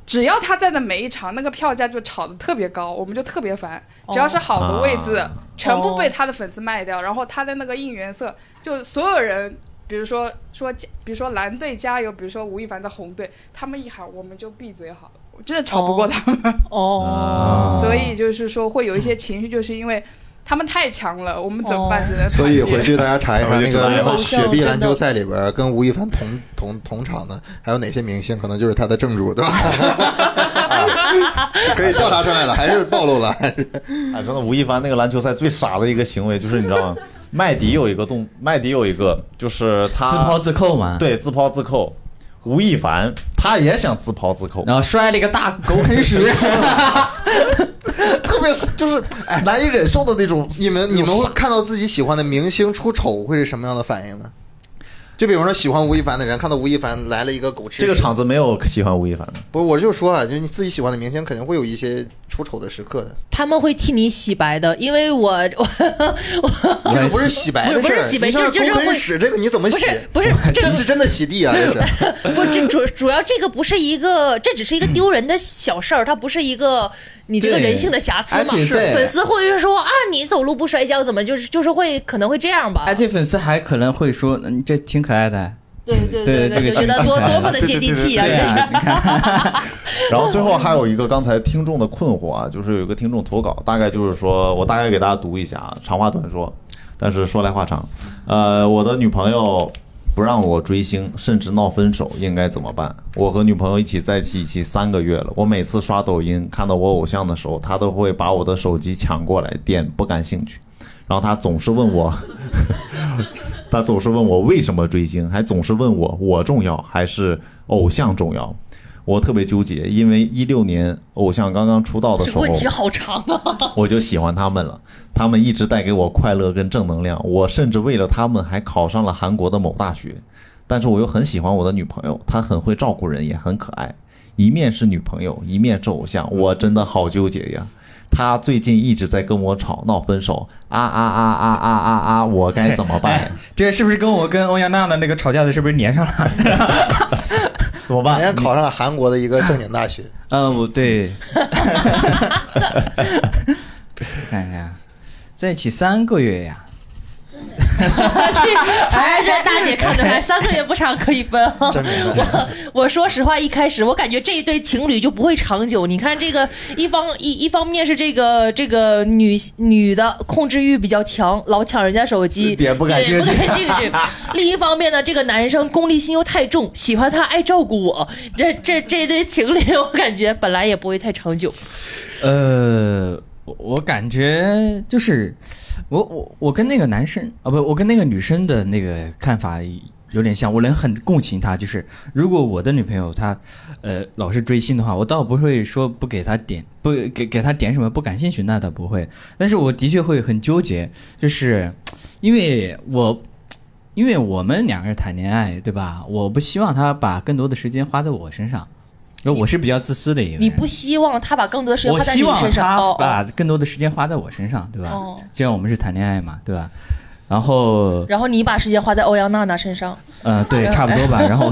[SPEAKER 8] 只要他在的每一场，那个票价就炒得特别高，我们就特别烦。只要是好的位置，
[SPEAKER 5] 啊
[SPEAKER 8] 全部被他的粉丝卖掉，然后他的那个应援色，就所有人。比如说说，比如说蓝队加油，比如说吴亦凡的红队，他们一喊我们就闭嘴好了，我真的吵不过他们，
[SPEAKER 2] 啊
[SPEAKER 3] 哦，
[SPEAKER 8] *laughs* 所以就是说会有一些情绪，就是因为他们太强了，我们怎么
[SPEAKER 3] 哦
[SPEAKER 8] 办？只能
[SPEAKER 6] 所以
[SPEAKER 8] 团
[SPEAKER 5] *laughs*
[SPEAKER 8] 结
[SPEAKER 6] 回去大家查一查那
[SPEAKER 5] 我就知
[SPEAKER 6] 个
[SPEAKER 5] 道
[SPEAKER 6] 雪碧篮球赛里
[SPEAKER 5] *laughs*
[SPEAKER 6] 边跟吴亦凡同同同场的还有哪些明星，可能就是他的正主，对吧？哎可以调查出来了，还是暴露了，还是
[SPEAKER 5] 哎，真的，吴亦凡那个篮球赛最傻的一个行为就是你
[SPEAKER 3] *laughs*
[SPEAKER 5] 知道吗？麦迪有一个动，麦迪有一个就是他
[SPEAKER 2] 自抛自扣嘛。，
[SPEAKER 5] 对自抛自扣，吴亦凡他也想自抛自扣，
[SPEAKER 2] 然后摔了一个大狗啃 *laughs* 屎。
[SPEAKER 5] *laughs* 特别是就是哎难以忍受的那种。
[SPEAKER 6] *laughs* 你们你们会看到自己喜欢的明星出丑会是什么样的反应呢？就比方说喜欢吴亦凡的人，看到吴亦凡来了一个狗吃屎
[SPEAKER 5] 这个场子没有喜欢吴亦凡的，
[SPEAKER 6] 不，我就说啊，就是你自己喜欢的明星肯定会有一些出丑的时刻的，
[SPEAKER 10] 他们会替你洗白的，因为我我我
[SPEAKER 6] 这个不是洗白的
[SPEAKER 3] 哎不
[SPEAKER 6] 事
[SPEAKER 3] 是
[SPEAKER 6] 儿，
[SPEAKER 3] 洗白
[SPEAKER 6] 你说
[SPEAKER 3] 就是就是
[SPEAKER 6] 狗啃
[SPEAKER 3] 会
[SPEAKER 6] 屎这个你怎么
[SPEAKER 3] 不
[SPEAKER 6] 洗？
[SPEAKER 3] 是不是，这
[SPEAKER 6] 这是真的洗地啊，这是。
[SPEAKER 3] 不这主主要这个不是一个，这只是一个丢人的小事儿，它不是一个你这个
[SPEAKER 2] 对
[SPEAKER 3] 人性的瑕疵
[SPEAKER 2] 而
[SPEAKER 3] 嘛。
[SPEAKER 2] 且
[SPEAKER 3] 是
[SPEAKER 2] 在
[SPEAKER 3] 粉丝会是说啊，你走路不摔跤，怎么就是就是会可能会这样吧
[SPEAKER 2] 哎，？这粉丝还可能会说，嗯你这挺可爱的。
[SPEAKER 3] 对对
[SPEAKER 2] 对
[SPEAKER 3] 对，
[SPEAKER 2] 这个
[SPEAKER 3] 就觉得
[SPEAKER 2] 挺
[SPEAKER 3] 多
[SPEAKER 2] 可爱
[SPEAKER 3] 多
[SPEAKER 2] 的
[SPEAKER 3] 么的接地气啊！
[SPEAKER 2] 对
[SPEAKER 3] 这
[SPEAKER 2] *laughs*
[SPEAKER 3] 是
[SPEAKER 2] 啊，你看，
[SPEAKER 5] 然后最后还有一个刚才听众的困惑啊，就是有一个听众投稿，大概就是说我大概给大家读一下啊，长话短说，但是说来话长。呃，我的女朋友不让我追星，甚至闹分手，应该怎么办？我和女朋友一起在一起已经三个月了，我每次刷抖音看到我偶像的时候，她都会把我的手机抢过来电，不感兴趣。然后她总是问我， *laughs* 她总是问我为什么追星，还总是问我我重要还是偶像重要。我特别纠结，因为一六年偶像刚刚出道的时候，
[SPEAKER 3] 问题好长
[SPEAKER 2] *laughs*
[SPEAKER 3] 啊！
[SPEAKER 5] 我就喜欢他们了。他们一直带给我快乐跟正能量，我甚至为了他们还考上了韩国的某大学。但是我又很喜欢我的女朋友，她很会照顾人，也很可爱。一面是女朋友，一面是偶像，我真的好纠结呀。她最近一直在跟我吵闹分手，啊啊啊啊啊啊啊！我该怎么办？
[SPEAKER 2] 这个是不是跟我跟欧阳娜娜那个吵架的，是不是粘上了？
[SPEAKER 5] 怎么
[SPEAKER 6] 人家
[SPEAKER 5] 办？
[SPEAKER 6] 考上了韩国的一个正经大学，
[SPEAKER 2] 嗯，我
[SPEAKER 3] *laughs*
[SPEAKER 2] 对。看一下，在一起三个月呀，
[SPEAKER 3] 还是大姐看得出来，三个月不长可以分啊。
[SPEAKER 6] 真明白。
[SPEAKER 3] 我 *laughs* 我说实话，一开始我感觉这一对情侣就不会长久。你看这个一方一一方面是这个这个女女的控制欲比较强，老抢人家手机，
[SPEAKER 5] 也不感兴趣
[SPEAKER 3] 也不感兴
[SPEAKER 2] *laughs*
[SPEAKER 3] 趣另一方面呢，这个男生功利心又太重，喜欢他爱照顾我，这这这对情侣我感觉本来也不会太长久。
[SPEAKER 2] 呃，我我感觉就是，我我我跟那个男生啊，不，我跟那个女生的那个看法有点像，我能很共情她。就是如果我的女朋友她，呃，老是追星的话，我倒不会说不给她点，不给给她点什么不感兴趣，那倒不会。但是我的确会很纠结，就是因为我。因为我们两个人谈恋爱，对吧？我不希望她把更多的时间花在我身上，因为我是比较自私的一个人。
[SPEAKER 3] 你不希望他把更多的时间
[SPEAKER 2] 我
[SPEAKER 3] 花在你
[SPEAKER 2] 希望
[SPEAKER 3] 身上，
[SPEAKER 2] 他
[SPEAKER 3] 哦
[SPEAKER 2] 把更多的时间花在我身上，对吧？
[SPEAKER 3] 哦
[SPEAKER 2] 就像我们是谈恋爱嘛，对吧？然后
[SPEAKER 3] 哦，，然后你把时间花在欧阳娜娜身上，
[SPEAKER 2] 呃，对，差不
[SPEAKER 3] *laughs*
[SPEAKER 2] 多吧。然后，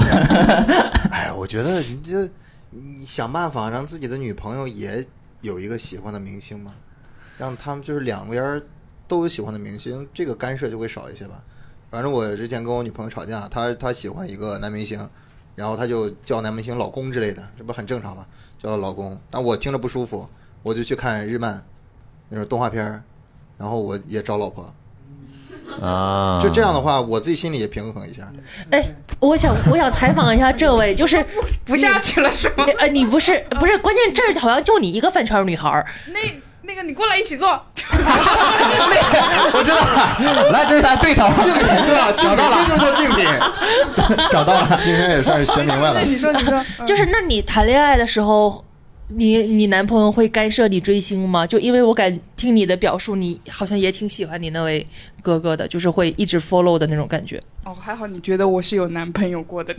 [SPEAKER 6] 哎，我觉得你这你想办法让自己的女朋友也有一个喜欢的明星嘛，让他们就是两个人都有喜欢的明星，这个干涉就会少一些吧。反正我之前跟我女朋友吵架，她她喜欢一个男明星，然后她就叫男明星老公之类的，这不很正常吗？叫老公，但我听着不舒服，我就去看日漫那种动画片儿，然后我也找老婆，
[SPEAKER 5] 啊，
[SPEAKER 6] 就这样的话，我自己心里也平衡一下。
[SPEAKER 3] 哎，我想我想采访一下这位，就是
[SPEAKER 8] 不下去了是吗？ *laughs*
[SPEAKER 3] 呃，你不是不是，关键这儿好像就你一个饭圈女孩儿，
[SPEAKER 8] 那那个你过来一起坐，
[SPEAKER 2] 我知道了，来，这是他对
[SPEAKER 6] *laughs* 哦
[SPEAKER 2] 头，对
[SPEAKER 6] 啊
[SPEAKER 2] 吧？找到了，
[SPEAKER 6] 这就叫竞品。啊
[SPEAKER 2] *laughs* 找到了。
[SPEAKER 6] 今天也算是学明白
[SPEAKER 8] *laughs* 那。
[SPEAKER 6] 了 *laughs*
[SPEAKER 8] 你说你说，嗯
[SPEAKER 3] 就是那你谈恋爱的时候，你你男朋友会干涉你追星吗？就因为我感听你的表述，你好像也挺喜欢你那位哥哥的，就是会一直 follow 的那种感觉
[SPEAKER 8] 哦，还好你觉得我是有男朋友过的，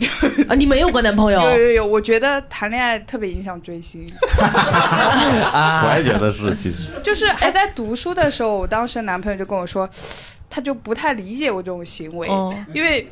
[SPEAKER 3] 啊。你没有过男朋友？
[SPEAKER 8] *laughs* 有有有，我觉得谈恋爱特别影响
[SPEAKER 3] *laughs*
[SPEAKER 8] 追星。
[SPEAKER 5] *laughs* 我也觉得是，其实
[SPEAKER 8] 就是还在读书的时候，我当时男朋友就跟我说，他就不太理解我这种行为，
[SPEAKER 3] 哦
[SPEAKER 8] 因为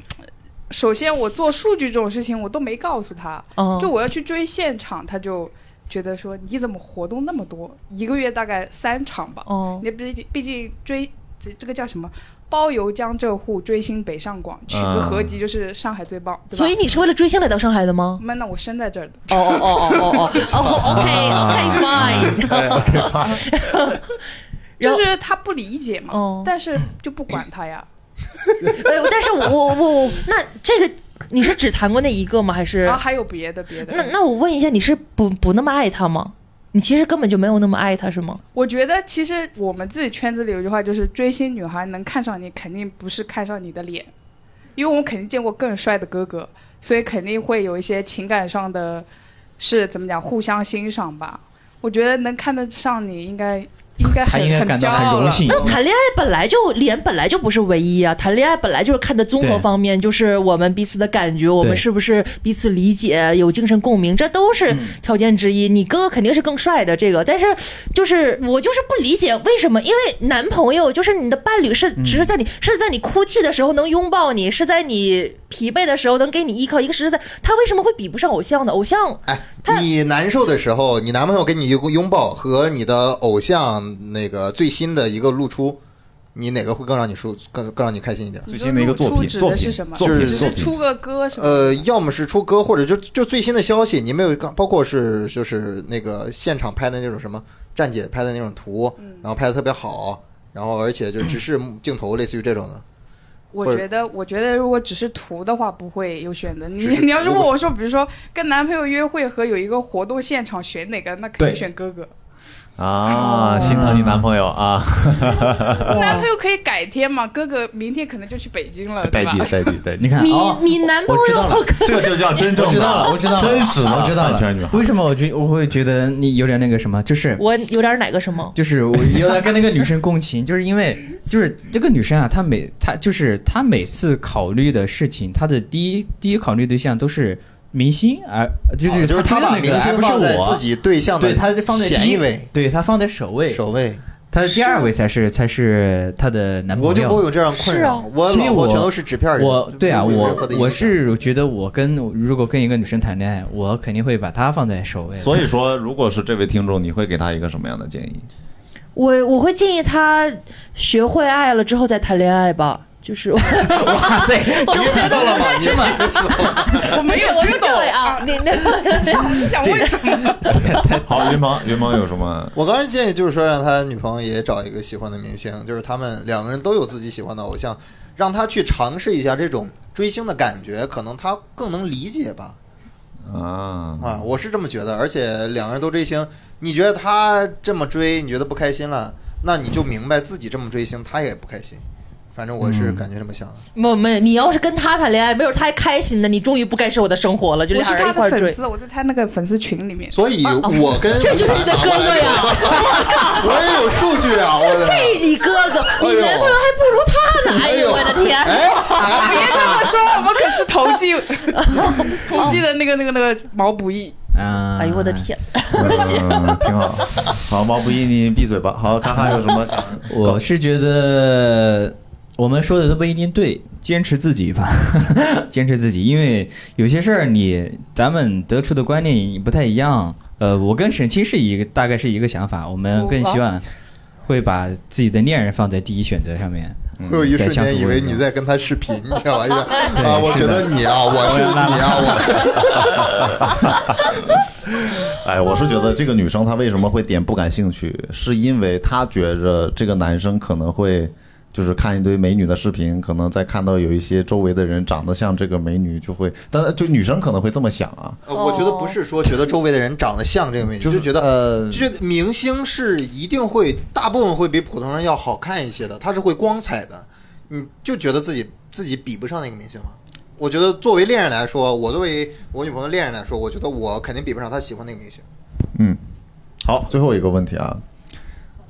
[SPEAKER 8] 首先我做数据这种事情我都没告诉他，
[SPEAKER 3] 哦
[SPEAKER 8] 就我要去追现场，他就觉得说你怎么活动那么多，一个月大概三场吧，
[SPEAKER 3] 哦
[SPEAKER 8] 那毕竟毕竟追这这个叫什么？包邮江浙沪追星北上广，取个合集就是上海最棒，对
[SPEAKER 3] 嗯
[SPEAKER 8] 吧？
[SPEAKER 3] 所以你是为了追星来到上海的吗？
[SPEAKER 8] 妈，那我生在这儿的，
[SPEAKER 3] 哦哦哦哦哦哦，OK OK fine。然
[SPEAKER 8] 就
[SPEAKER 3] 后
[SPEAKER 8] 是他不理解嘛，
[SPEAKER 3] 哦
[SPEAKER 8] 但是就不管他呀。
[SPEAKER 3] 呃，但是我我我那这个你是只谈过那一个吗？还是、
[SPEAKER 8] 然后还有别的别的。
[SPEAKER 3] 那那我问一下，你是不不那么爱他吗？你其实根本就没有那么爱他，是吗？
[SPEAKER 8] 我觉得其实我们自己圈子里有句话，就是追星女孩能看上你，肯定不是看上你的脸，因为我们肯定见过更帅的哥哥，所以肯定会有一些情感上的，是怎么讲，互相欣赏吧。我觉得能看得上你，应该应该
[SPEAKER 2] 他
[SPEAKER 8] 很
[SPEAKER 2] 应该感
[SPEAKER 8] 很骄
[SPEAKER 2] 到很
[SPEAKER 8] 傲
[SPEAKER 2] 荣
[SPEAKER 8] 了。
[SPEAKER 2] 幸。
[SPEAKER 3] 没有谈恋爱本来就脸本来就不是唯一啊，谈恋爱本来就是看的综合
[SPEAKER 2] 对
[SPEAKER 3] 方面，就是我们彼此的感觉，我们
[SPEAKER 2] 对
[SPEAKER 3] 是不是彼此理解，有精神共鸣，这都是条件之一。你哥哥肯定是更帅的这个，但是就是
[SPEAKER 1] 我就是不理解为什么，因为男朋友就是你的伴侣是，只是在你、是在你哭泣的时候能拥抱你，是在你疲惫的时候能给你依靠，一个实实在，他为什么会比不上偶像呢？偶像
[SPEAKER 6] 哎，你难受的时候，你男朋友给你一个拥抱和你的偶像那个最新的一个露出，你哪个会更让你舒更更让你开心一点？
[SPEAKER 5] 最新的一个作品，
[SPEAKER 8] 指
[SPEAKER 5] 作
[SPEAKER 8] 的
[SPEAKER 5] 品
[SPEAKER 8] 是什么？
[SPEAKER 5] 作
[SPEAKER 6] 就
[SPEAKER 5] 品
[SPEAKER 8] 只
[SPEAKER 5] 作
[SPEAKER 8] 是
[SPEAKER 5] 品
[SPEAKER 8] 出个歌什么的？
[SPEAKER 6] 呃，要么是出歌，或者就就最新的消息，你没有刚，包括是就是那个现场拍的那种什么站姐拍的那种图，然后拍的特别好，然后而且就直视镜头，类似于这种的。
[SPEAKER 8] 我
[SPEAKER 6] 或者
[SPEAKER 8] 觉得，我觉得如果只是图的话，不会有选择。你
[SPEAKER 6] 只是
[SPEAKER 8] 你要是
[SPEAKER 6] 图
[SPEAKER 8] 问我说，比如说跟男朋友约会和有一个活动现场选哪个，那肯定
[SPEAKER 5] 对
[SPEAKER 8] 选哥哥。
[SPEAKER 5] 啊，心疼你男朋友啊，
[SPEAKER 6] 呃
[SPEAKER 8] 男朋友可以改天嘛，哥哥明天可能就去北京了，
[SPEAKER 5] 代
[SPEAKER 8] 对吧
[SPEAKER 5] 替？代替代替，
[SPEAKER 2] *laughs* 你看，
[SPEAKER 1] 你、
[SPEAKER 2] 哦
[SPEAKER 1] 你男朋
[SPEAKER 2] 我知
[SPEAKER 1] 友
[SPEAKER 2] 道了
[SPEAKER 5] 这个就叫真正
[SPEAKER 2] 我
[SPEAKER 5] 的，
[SPEAKER 2] 知道了，我知道了，
[SPEAKER 5] 真实的，
[SPEAKER 2] 我知道
[SPEAKER 5] 饭圈女
[SPEAKER 2] 了。
[SPEAKER 5] 孩
[SPEAKER 2] 为什么我觉我会觉得你有点那个什么，就是
[SPEAKER 3] 我有点哪个什么，
[SPEAKER 2] 就是我有点跟那个女生共情，就是因为就是这个女生啊，她每她就是她每次考虑的事情，她的第一第一考虑对象都是明星，而哦就
[SPEAKER 6] 啊
[SPEAKER 2] 是
[SPEAKER 6] 就是
[SPEAKER 2] 她
[SPEAKER 6] 他把
[SPEAKER 2] 追的那个
[SPEAKER 6] 明
[SPEAKER 2] 而
[SPEAKER 6] 星
[SPEAKER 2] 不是
[SPEAKER 6] 放在
[SPEAKER 2] 我
[SPEAKER 6] 自己对象的
[SPEAKER 2] 对，她放在
[SPEAKER 6] 前
[SPEAKER 2] 第
[SPEAKER 6] 一位、
[SPEAKER 2] 对她放在首位，
[SPEAKER 6] 首位，
[SPEAKER 2] 她的第二位才是才是她的男朋友。
[SPEAKER 6] 我就不会有这样困扰。
[SPEAKER 3] 是啊
[SPEAKER 6] 我
[SPEAKER 2] 所以
[SPEAKER 6] 老婆
[SPEAKER 2] 我
[SPEAKER 6] 全都是纸片人，
[SPEAKER 2] 我
[SPEAKER 6] 就
[SPEAKER 2] 对啊，
[SPEAKER 6] 没有任
[SPEAKER 2] 我
[SPEAKER 6] 何的
[SPEAKER 2] 我
[SPEAKER 6] 影响
[SPEAKER 2] 是觉得我跟如果跟一个女生谈恋爱，我肯定会把她放在首位。
[SPEAKER 5] 所以说，如果是这位听众，你会给他一个什么样的建议？
[SPEAKER 3] 我我会建议他学会爱了之后再谈恋爱吧。就是，
[SPEAKER 2] *laughs* 哇塞，
[SPEAKER 6] 你知道了吗？你 *laughs* 这么
[SPEAKER 8] 我没有
[SPEAKER 1] 我
[SPEAKER 8] 知
[SPEAKER 1] 说这
[SPEAKER 8] 道
[SPEAKER 1] 位啊，你那
[SPEAKER 8] 想问什么？
[SPEAKER 5] 好，云鹏，云鹏有什么？
[SPEAKER 6] 我刚才建议就是说，让他女朋友也找一个喜欢的明星，就是他们两个人都有自己喜欢的偶像，让他去尝试一下这种追星的感觉，可能他更能理解吧。
[SPEAKER 5] 啊，
[SPEAKER 6] 啊，我是这么觉得。而且两个人都追星，你觉得他这么追，你觉得不开心了，那你就明白自己这么追星，他也不开心。反正我
[SPEAKER 2] 嗯
[SPEAKER 6] 是感觉这么想的。
[SPEAKER 3] 没没，你要是跟他谈恋爱，没准他还开心呢。你终于不该是我的生活了，就
[SPEAKER 8] 我
[SPEAKER 3] 俩
[SPEAKER 8] 是
[SPEAKER 3] 人一
[SPEAKER 8] 他
[SPEAKER 3] 块
[SPEAKER 8] 的
[SPEAKER 3] 儿追
[SPEAKER 8] 粉。丝，我在他那个粉丝群里面。
[SPEAKER 6] 所以，我跟
[SPEAKER 3] 哦这就是你的哥哥 *laughs* 呀！
[SPEAKER 6] *laughs* 我也有数据啊！我的
[SPEAKER 3] 这你哥哥，
[SPEAKER 6] 哎
[SPEAKER 3] 你
[SPEAKER 6] 呦
[SPEAKER 3] 男朋友还不如他呢！哎呦，我的天！啊
[SPEAKER 6] 哎
[SPEAKER 8] 别这么说，我们可是投
[SPEAKER 3] *laughs*
[SPEAKER 8] 机投机的那个那个那个毛不易。
[SPEAKER 2] 啊，
[SPEAKER 3] 哎呦，我的！天！
[SPEAKER 5] 嗯，挺好。好，毛不易，你闭嘴吧。好，卡卡有什么？
[SPEAKER 2] 我是觉得我们说的都不一定对，坚持自己吧， *laughs* 坚持自己，因为有些事儿你咱们得出的观念不太一样。呃，我跟沈清是一个大概是一个想法，我们更希望会把自己的恋人放在第一选择上面。嗯
[SPEAKER 6] 会有一瞬间以为你在跟他视频，你知道吧？就是
[SPEAKER 2] 对
[SPEAKER 6] 啊，我
[SPEAKER 2] 是
[SPEAKER 6] 觉
[SPEAKER 2] 的
[SPEAKER 6] 得你啊，我是你啊，我。
[SPEAKER 5] *laughs* 哎，我是觉得这个女生她为什么会点不感兴趣，是因为她觉着这个男生可能会。就是看一堆美女的视频，可能再看到有一些周围的人长得像这个美女，就会，但就女生可能会这么想啊，
[SPEAKER 6] 呃我觉得不是说觉得周围的人长得像这个美女，就觉得
[SPEAKER 5] 呃
[SPEAKER 6] 就，觉得明星是一定会大部分会比普通人要好看一些的，他是会光彩的。你就觉得自己自己比不上那个明星了。我觉得作为恋人来说，我作为我女朋友恋人来说，我觉得我肯定比不上她喜欢那个明星。
[SPEAKER 5] 嗯，好，最后一个问题啊，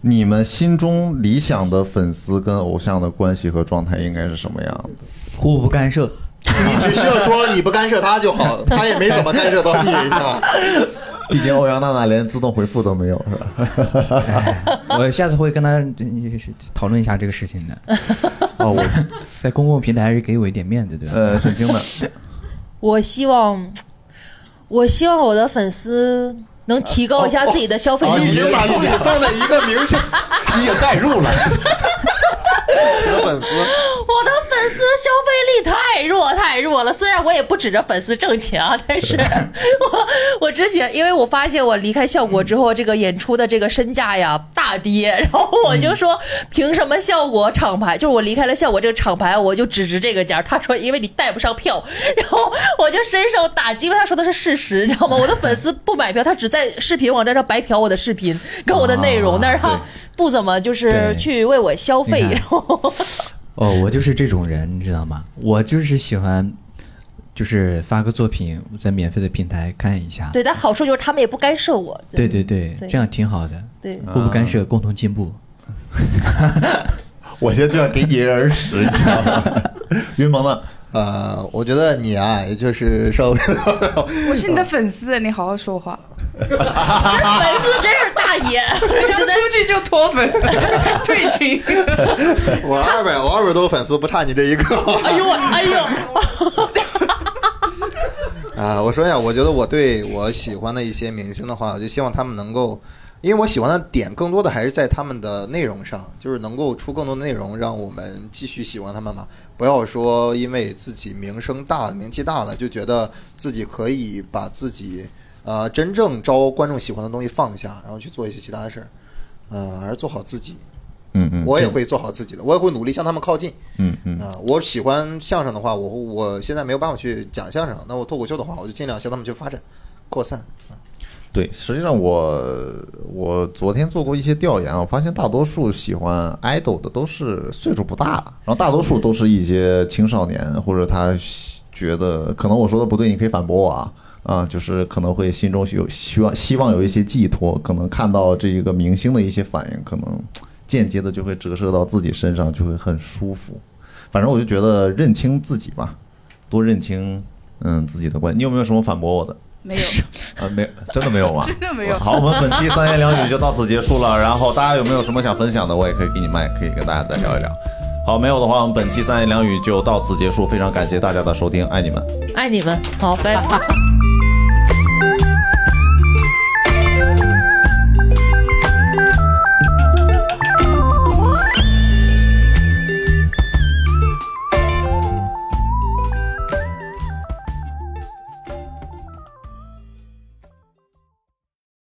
[SPEAKER 5] 你们心中理想的粉丝跟偶像的关系和状态应该是什么样的？
[SPEAKER 2] 互不干涉，
[SPEAKER 6] *laughs* 你只需要说你不干涉她就 *laughs* 好，她也没怎么干涉到你，你知 *laughs* 道吗？
[SPEAKER 5] 毕竟欧阳娜娜连自动回复都没有，是吧？
[SPEAKER 2] 我下次会跟他呃讨论一下这个事情的，
[SPEAKER 6] *laughs*
[SPEAKER 5] 哦，我
[SPEAKER 2] 在公共平台还是给我一点面子，对吧？
[SPEAKER 5] 呃，沈清的，
[SPEAKER 3] 我希望，我希望我的粉丝能提高一下自己的消费
[SPEAKER 6] 你哦已
[SPEAKER 3] 能力。
[SPEAKER 6] 经把自己放在一 *laughs* 个明星，你也代入了 *laughs* 自己的粉丝。
[SPEAKER 3] 我的粉丝消费力太弱太弱了。虽然我也不指着粉丝挣钱啊，但
[SPEAKER 2] *laughs*
[SPEAKER 3] 是我 *laughs* 我之前因为我发现我离开效果之后，这个演出的这个身价呀大跌，然后我
[SPEAKER 2] 嗯
[SPEAKER 3] 就说凭什么效果厂牌？就是我离开了效果这个厂牌，我就只值这个价。他说因为你带不上票，然后我就深受打击，因为他说的是事实，你知道吗？我的粉丝不买票，他只在视频网站上白嫖我的视频跟我的内容，
[SPEAKER 2] 啊
[SPEAKER 3] 但是他
[SPEAKER 2] 对
[SPEAKER 3] 不怎么就是
[SPEAKER 2] 对
[SPEAKER 3] 去为我消费，
[SPEAKER 2] 你看
[SPEAKER 3] 然后。
[SPEAKER 2] 哦，我就是这种人，你知道吗？我就是喜欢，就是发个作品在免费的平台看一下。
[SPEAKER 3] 对，但好处就是他们也不干涉我。
[SPEAKER 2] 对对对，
[SPEAKER 3] 对
[SPEAKER 2] 这样挺好的，
[SPEAKER 3] 对
[SPEAKER 2] 互不干涉，共同进步。
[SPEAKER 5] *laughs* 我现在就想给你一人耳屎，你知道吗？ *laughs* 云鹏呢？
[SPEAKER 6] 呃，我觉得你啊，也就是稍微 *laughs*
[SPEAKER 8] 我是你的粉丝，你好好说话，
[SPEAKER 3] 这粉丝真是大 *laughs* 爷，
[SPEAKER 8] 出
[SPEAKER 3] 现在
[SPEAKER 8] 去就脱粉退
[SPEAKER 3] *laughs*
[SPEAKER 8] 群。
[SPEAKER 6] 我二百我二百多个粉丝不差你这一个
[SPEAKER 3] 哎呦我，哎呦，
[SPEAKER 6] 啊！我说一下，我觉得我对我喜欢的一些明星的话，我就希望他们能够，因为我喜欢的点更多的还是在他们的内容上，就是能够出更多的内容，让我们继续喜欢他们嘛。不要说因为自己名声大了、名气大了，就觉得自己可以把自己呃真正招观众喜欢的东西放下，然后去做一些其他的事儿。嗯、还是做好自己。
[SPEAKER 5] 嗯嗯，
[SPEAKER 6] 我也会做好自己的，我也会努力向他们靠近。
[SPEAKER 5] 嗯嗯
[SPEAKER 6] 啊、我喜欢相声的话，我我现在没有办法去讲相声，那我脱口秀的话，我就尽量向他们去发展、扩散。
[SPEAKER 5] 对，实际上我我昨天做过一些调研啊，我发现大多数喜欢 idol 的都是岁数不大了，然后大多数都是一些青少年，或者他觉得可能我说的不对，你可以反驳我啊。啊，就是可能会心中有希望，希望有一些寄托，可能看到这一个明星的一些反应，可能间接的就会折射到自己身上，就会很舒服。反正我就觉得认清自己吧，多认清嗯自己的观。你有没有什么反驳我的？
[SPEAKER 8] 没有，
[SPEAKER 5] 啊，没，真的没有吗？
[SPEAKER 8] *laughs* 真的没有
[SPEAKER 5] 好，我们本期三言两语就到此结束了。然后大家有没有什么想分享的，我也可以给你麦，可以跟大家再聊一聊。好，没有的话，我们本期三言两语就到此结束。非常感谢大家的收听，爱你们。
[SPEAKER 3] 爱你们，好，拜拜。